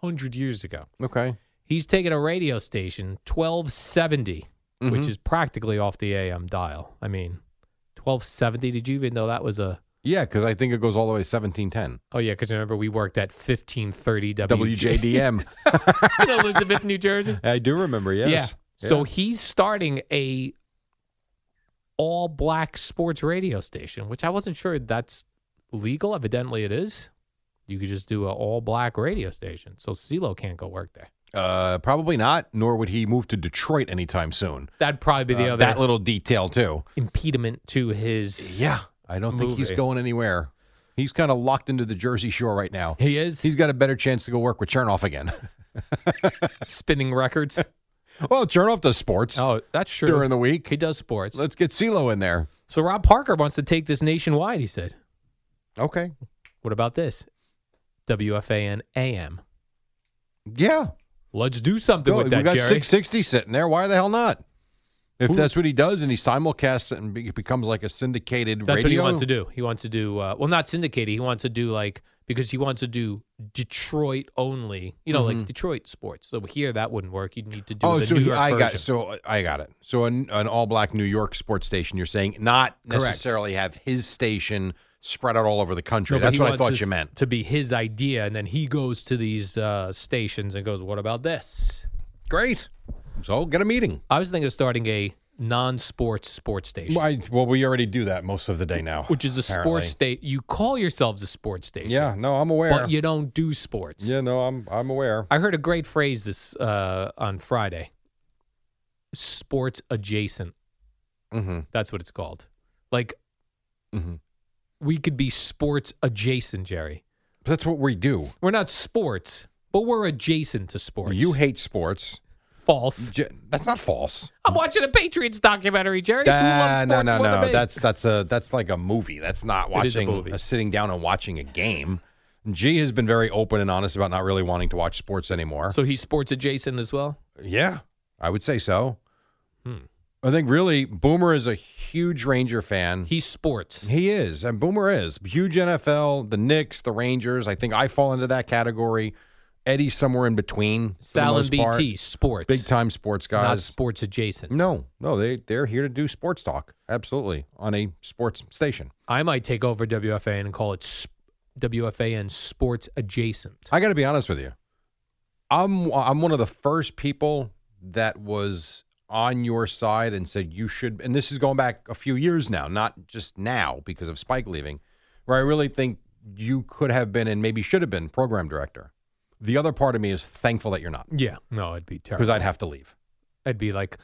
100 years ago. Okay. He's taking a radio station, 1270, which Mhm. is practically off the AM dial. I mean, 1270, did you even know that was a. Yeah, because I think it goes all the way seventeen ten. Oh, yeah, because remember we worked at 1530 WJDM. in Elizabeth, New Jersey. I do remember. Yes. Yeah. So he's starting a all black sports radio station, which I wasn't sure that's legal. Evidently, it is. You could just do an all black radio station. So CeeLo can't go work there. Uh, probably not. Nor would he move to Detroit anytime soon. That'd probably be the Uh, other that little detail too. impediment to his. Yeah, I don't think he's movie. going anywhere. He's kind of locked into the Jersey Shore right now. He is He's got a better chance to go work with Chernoff again. spinning records. well, Chernoff does sports. Oh, that's true. During the week, he does sports. Let's get CeeLo in there. So Rob Parker wants to take this nationwide. He said, Okay. "What about this? WFAN AM. Yeah. Let's do something Go- with that, we got Jerry. 660 sitting there. Why the hell not? If Who- that's what he does and he simulcasts it and be- becomes like a syndicated That's radio. what he wants to do. He wants to do uh, well, not syndicated. He wants to do like because he wants to do Detroit only. You know, Mhm. like Detroit sports. So here that wouldn't work. You'd need to do oh, the so New he- York I got version. so uh, I got it. So an, an all black New York sports station. You're saying not Correct. necessarily have his station spread out all over the country. No, but That's he what I wants thought this you meant. to be his idea, and then he goes to these uh, stations and goes, "What about this?" Great. So get a meeting. I was thinking of starting a non-sports sports station, Well, I- well, we already do that most of the day now, which is a apparently. sports state. You call yourselves a sports station, Yeah, no, I'm aware. but you don't do sports. yeah, no, I'm I'm aware. I heard a great phrase this uh, on Friday. Sports adjacent. Mm-hmm. That's what it's called. Like Mhm. we could be sports adjacent, Jerry. That's what we do. We're not sports, but we're adjacent to sports. You hate Mm-hmm. sports. false. J- That's not false. I'm watching a Patriots documentary, Jerry. Ah, Who no, loves sports no, more than no. me? That's that's a that's like a movie. That's not It is a watching movie. uh, sitting down and watching a game. G has been very open and honest about not really wanting to watch sports anymore. so he's sports adjacent as well. yeah, I would say so. Hmm. I think really Boomer is a huge Ranger fan. He's sports. He is, and Boomer is huge NFL, the Knicks, the Rangers. I think I fall into that category. Eddie's somewhere in between. for the Sal and most part. BT, sports. big time sports guys. Not sports adjacent. No, no, they they're here to do sports talk. Absolutely on a sports station. I might take over WFAN and call it sp- WFAN sports adjacent. I got to be honest with you. I'm I'm one of the first people that was on your side and said you should. And this is going back a few years now, not just now because of Spike leaving, where I really think you could have been and maybe should have been program director. The other part of me is thankful that you're not Yeah, no, it'd be terrible. because I'd have to leave. I'd be like,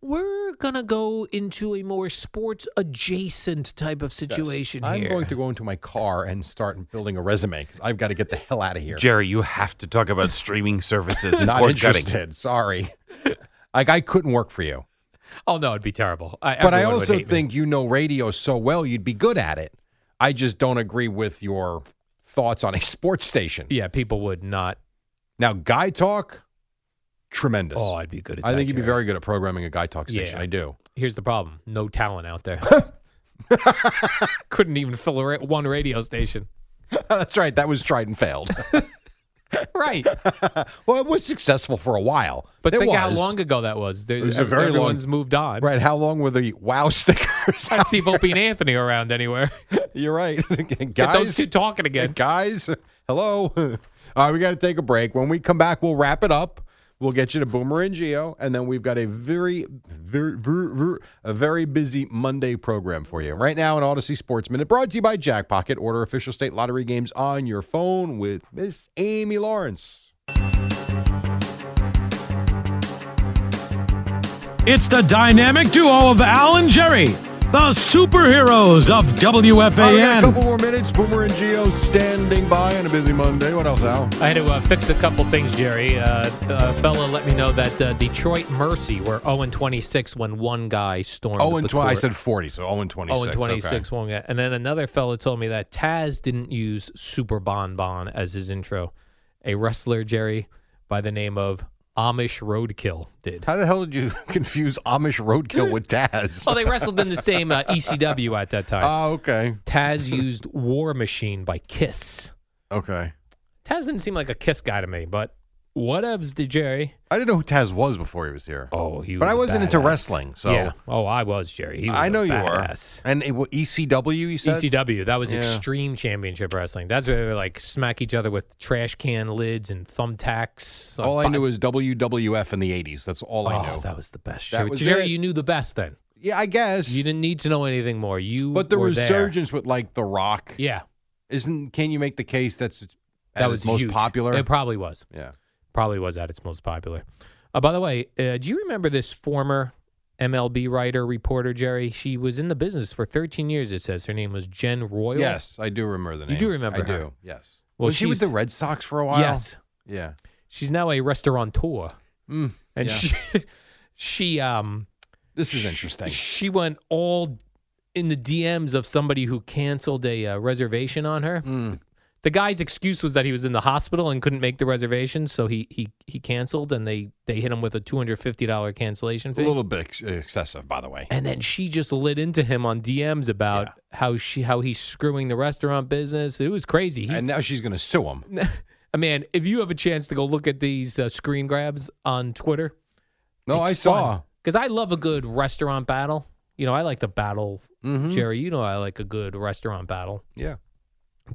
we're gonna go into a more sports adjacent type of situation I'm here. going to go into my car and start building a resume. 'cause I've got to get the hell out of here. Jerry, you have to talk about streaming services and not cord cutting. interested. Sorry. like I couldn't work for you. oh no, it'd be terrible. I, But I everyone would also hate me. think you know radio so well you'd be good at it. I just don't agree with your thoughts on a sports station. yeah, people would not. Now, guy talk, tremendous. Oh, I'd be good at. I that, think you'd be Jerry. very good at programming a guy talk station. Yeah. I do. Here's the problem: no talent out there. Couldn't even fill a ra- one radio station. That's right. That was tried and failed. Right, well, it was successful for a while. but It think how was. long ago that was. There, It was a very long- everyone's moved on. Right. How long were the wow stickers? I don't see Volpe and Anthony around anywhere. You're right. Get those guys, two talking again. guys, hello. All right, we got to take a break. When we come back, we'll wrap it up. We'll get you to Boomer and Geo, and then we've got a very, very, very, very- a very busy Monday program for you. Right now, an Odyssey Sports Minute brought to you by Jackpocket. Order official state lottery games on your phone with Miss Amy Lawrence. It's the dynamic duo of Al and Jerry, The superheroes of Oh, we got a WFAN. couple more minutes. Boomer and Geo standing by on a busy Monday. What else, Al? I had to uh, fix a couple things, Jerry. Uh, a fella let me know that uh, Detroit Mercy were 0 and 26 when one guy stormed. 0 the Oh, and 20. I court. said 40, so 0 and 26. 0 and 26 one guy. And then another fella told me that Taz didn't use Super Bon Bon as his intro. A wrestler, Jerry, by the name of Amish Roadkill did. How the hell did you confuse Amish roadkill with Taz? Well, Oh, they wrestled in the same uh, ECW at that time. Oh, okay. Taz used War Machine by Kiss. Okay. Taz didn't seem like a Kiss guy to me, but whatevs, did Jerry? I didn't know who Taz was before he was here. Oh, he But was I a wasn't into badass. wrestling, so. Yeah. Oh, I was, Jerry. He was I a know you were. badass. E And it, wa- ECW, you said? ECW. That was Yeah. Extreme Championship Wrestling. That's where they were like smack each other with trash can lids and thumbtacks. All I Like, knew was WWF in the 80s. That's all I Oh, knew. that was the best. That Jerry, was Jerry, it. you knew the best then. Yeah, I guess. You didn't need to know anything more. You but the were there. resurgence with like The Rock Yeah, isn't. Can you make the case that's its- at that its was most huge. popular? It probably was. yeah. Probably was at its most popular. Uh, by the way, uh, do you remember this former MLB writer reporter Jerry? She was in the business for 13 years. It says her name was Jen Royal. Yes, I do remember the You name. do remember I her. do. Yes. Well, was she with the she's- Red Sox for a while? Yes. Yeah. She's now a restaurateur. Mm, and yeah. she she um this is interesting. she went all in the DMs of somebody who canceled a uh, reservation on her. The guy's excuse was that he was in the hospital and couldn't make the reservation, so he he he canceled, and they they hit him with a two hundred fifty dollar cancellation A fee. little bit ex- excessive, by the way. And then she just lit into him on DMs about how she how he's screwing the restaurant business. It was crazy. He, and now she's going to sue him. I mean, if you have a chance to go look at these uh, screen grabs on Twitter, No, I saw. because I love a good restaurant battle. You know, I like to battle, Mhm. Jerry. You know, I like a good restaurant battle. Yeah.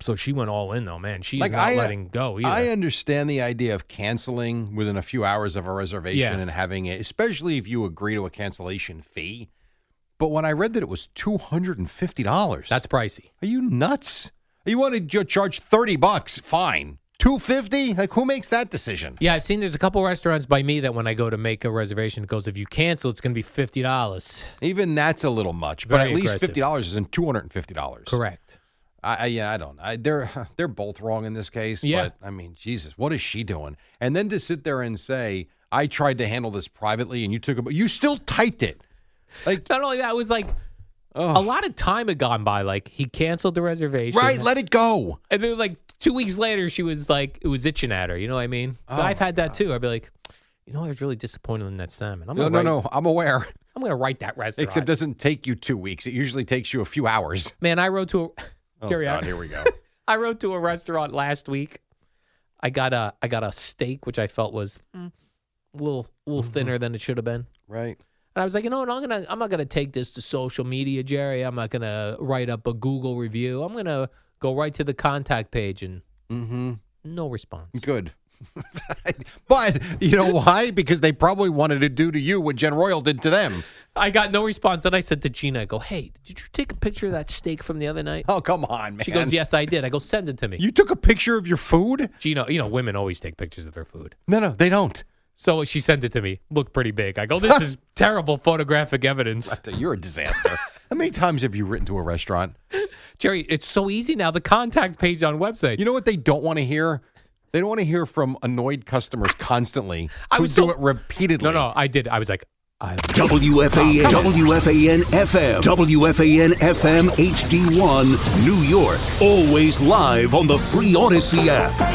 So she went all in though, man. She's Like, not I, uh, letting go either. I understand the idea of canceling within a few hours of a reservation Yeah. and having it, especially if you agree to a cancellation fee. But when I read that it was two hundred and fifty dollars, That's pricey. are you nuts? You want to ju- charge thirty bucks? Fine, two fifty. Like who makes that decision? Yeah, I've seen there's a couple restaurants by me that when I go to make a reservation, it goes if you cancel, it's going to be fifty dollars. Even that's a little much. But Very at least aggressive. fifty dollars isn't two hundred and fifty dollars. Correct. I, I yeah, I don't. I, they're they're both wrong in this case. Yeah. But I mean, Jesus, what is she doing? And then to sit there and say, I tried to handle this privately, and you took a, you still typed it. Like, Not only that, it was like a oh, lot of time had gone by. Like he canceled the reservation, right? Let it go. And then like two weeks later, she was like, it was itching at her. You know what I mean? Oh, I've had that too. I'd be like, you know, I was really disappointed in that salmon. I'm No, gonna no, write, no. I'm aware. I'm gonna write that restaurant. Except it doesn't take you two weeks. It usually takes you a few hours. man, I wrote to a Oh, Jerry, I- God, here we go. I wrote to a restaurant last week. I got a I got a steak which I felt was mm, a little little Mm-hmm. thinner than it should have been. right. And I was like, you know what? I'm gonna I'm not gonna take this to social media, Jerry. I'm not gonna write up a Google review. I'm gonna go right to the contact page and Mm-hmm. no response. Good. but you know why? Because they probably wanted to do to you what Jen Royal did to them. I got no response. Then I said to Gina, I go, hey, did you take a picture of that steak from the other night? Oh, come on, man. She goes, yes, I did. I go, send it to me. You took a picture of your food? Gina, you know, women always take pictures of their food. No, no, they don't. So she sent it to me. Looked pretty big. I go, this is terrible photographic evidence. You're a disaster. How many times have you written to a restaurant? Jerry, it's so easy now. The contact page on website. You know what they don't want to hear? They don't want to hear from annoyed customers constantly. I who was do so- it repeatedly. no, no, I did. I was like, I WFAN, WFAN FM, WFAN FM HD1, New York. Always live on the free Odyssey app.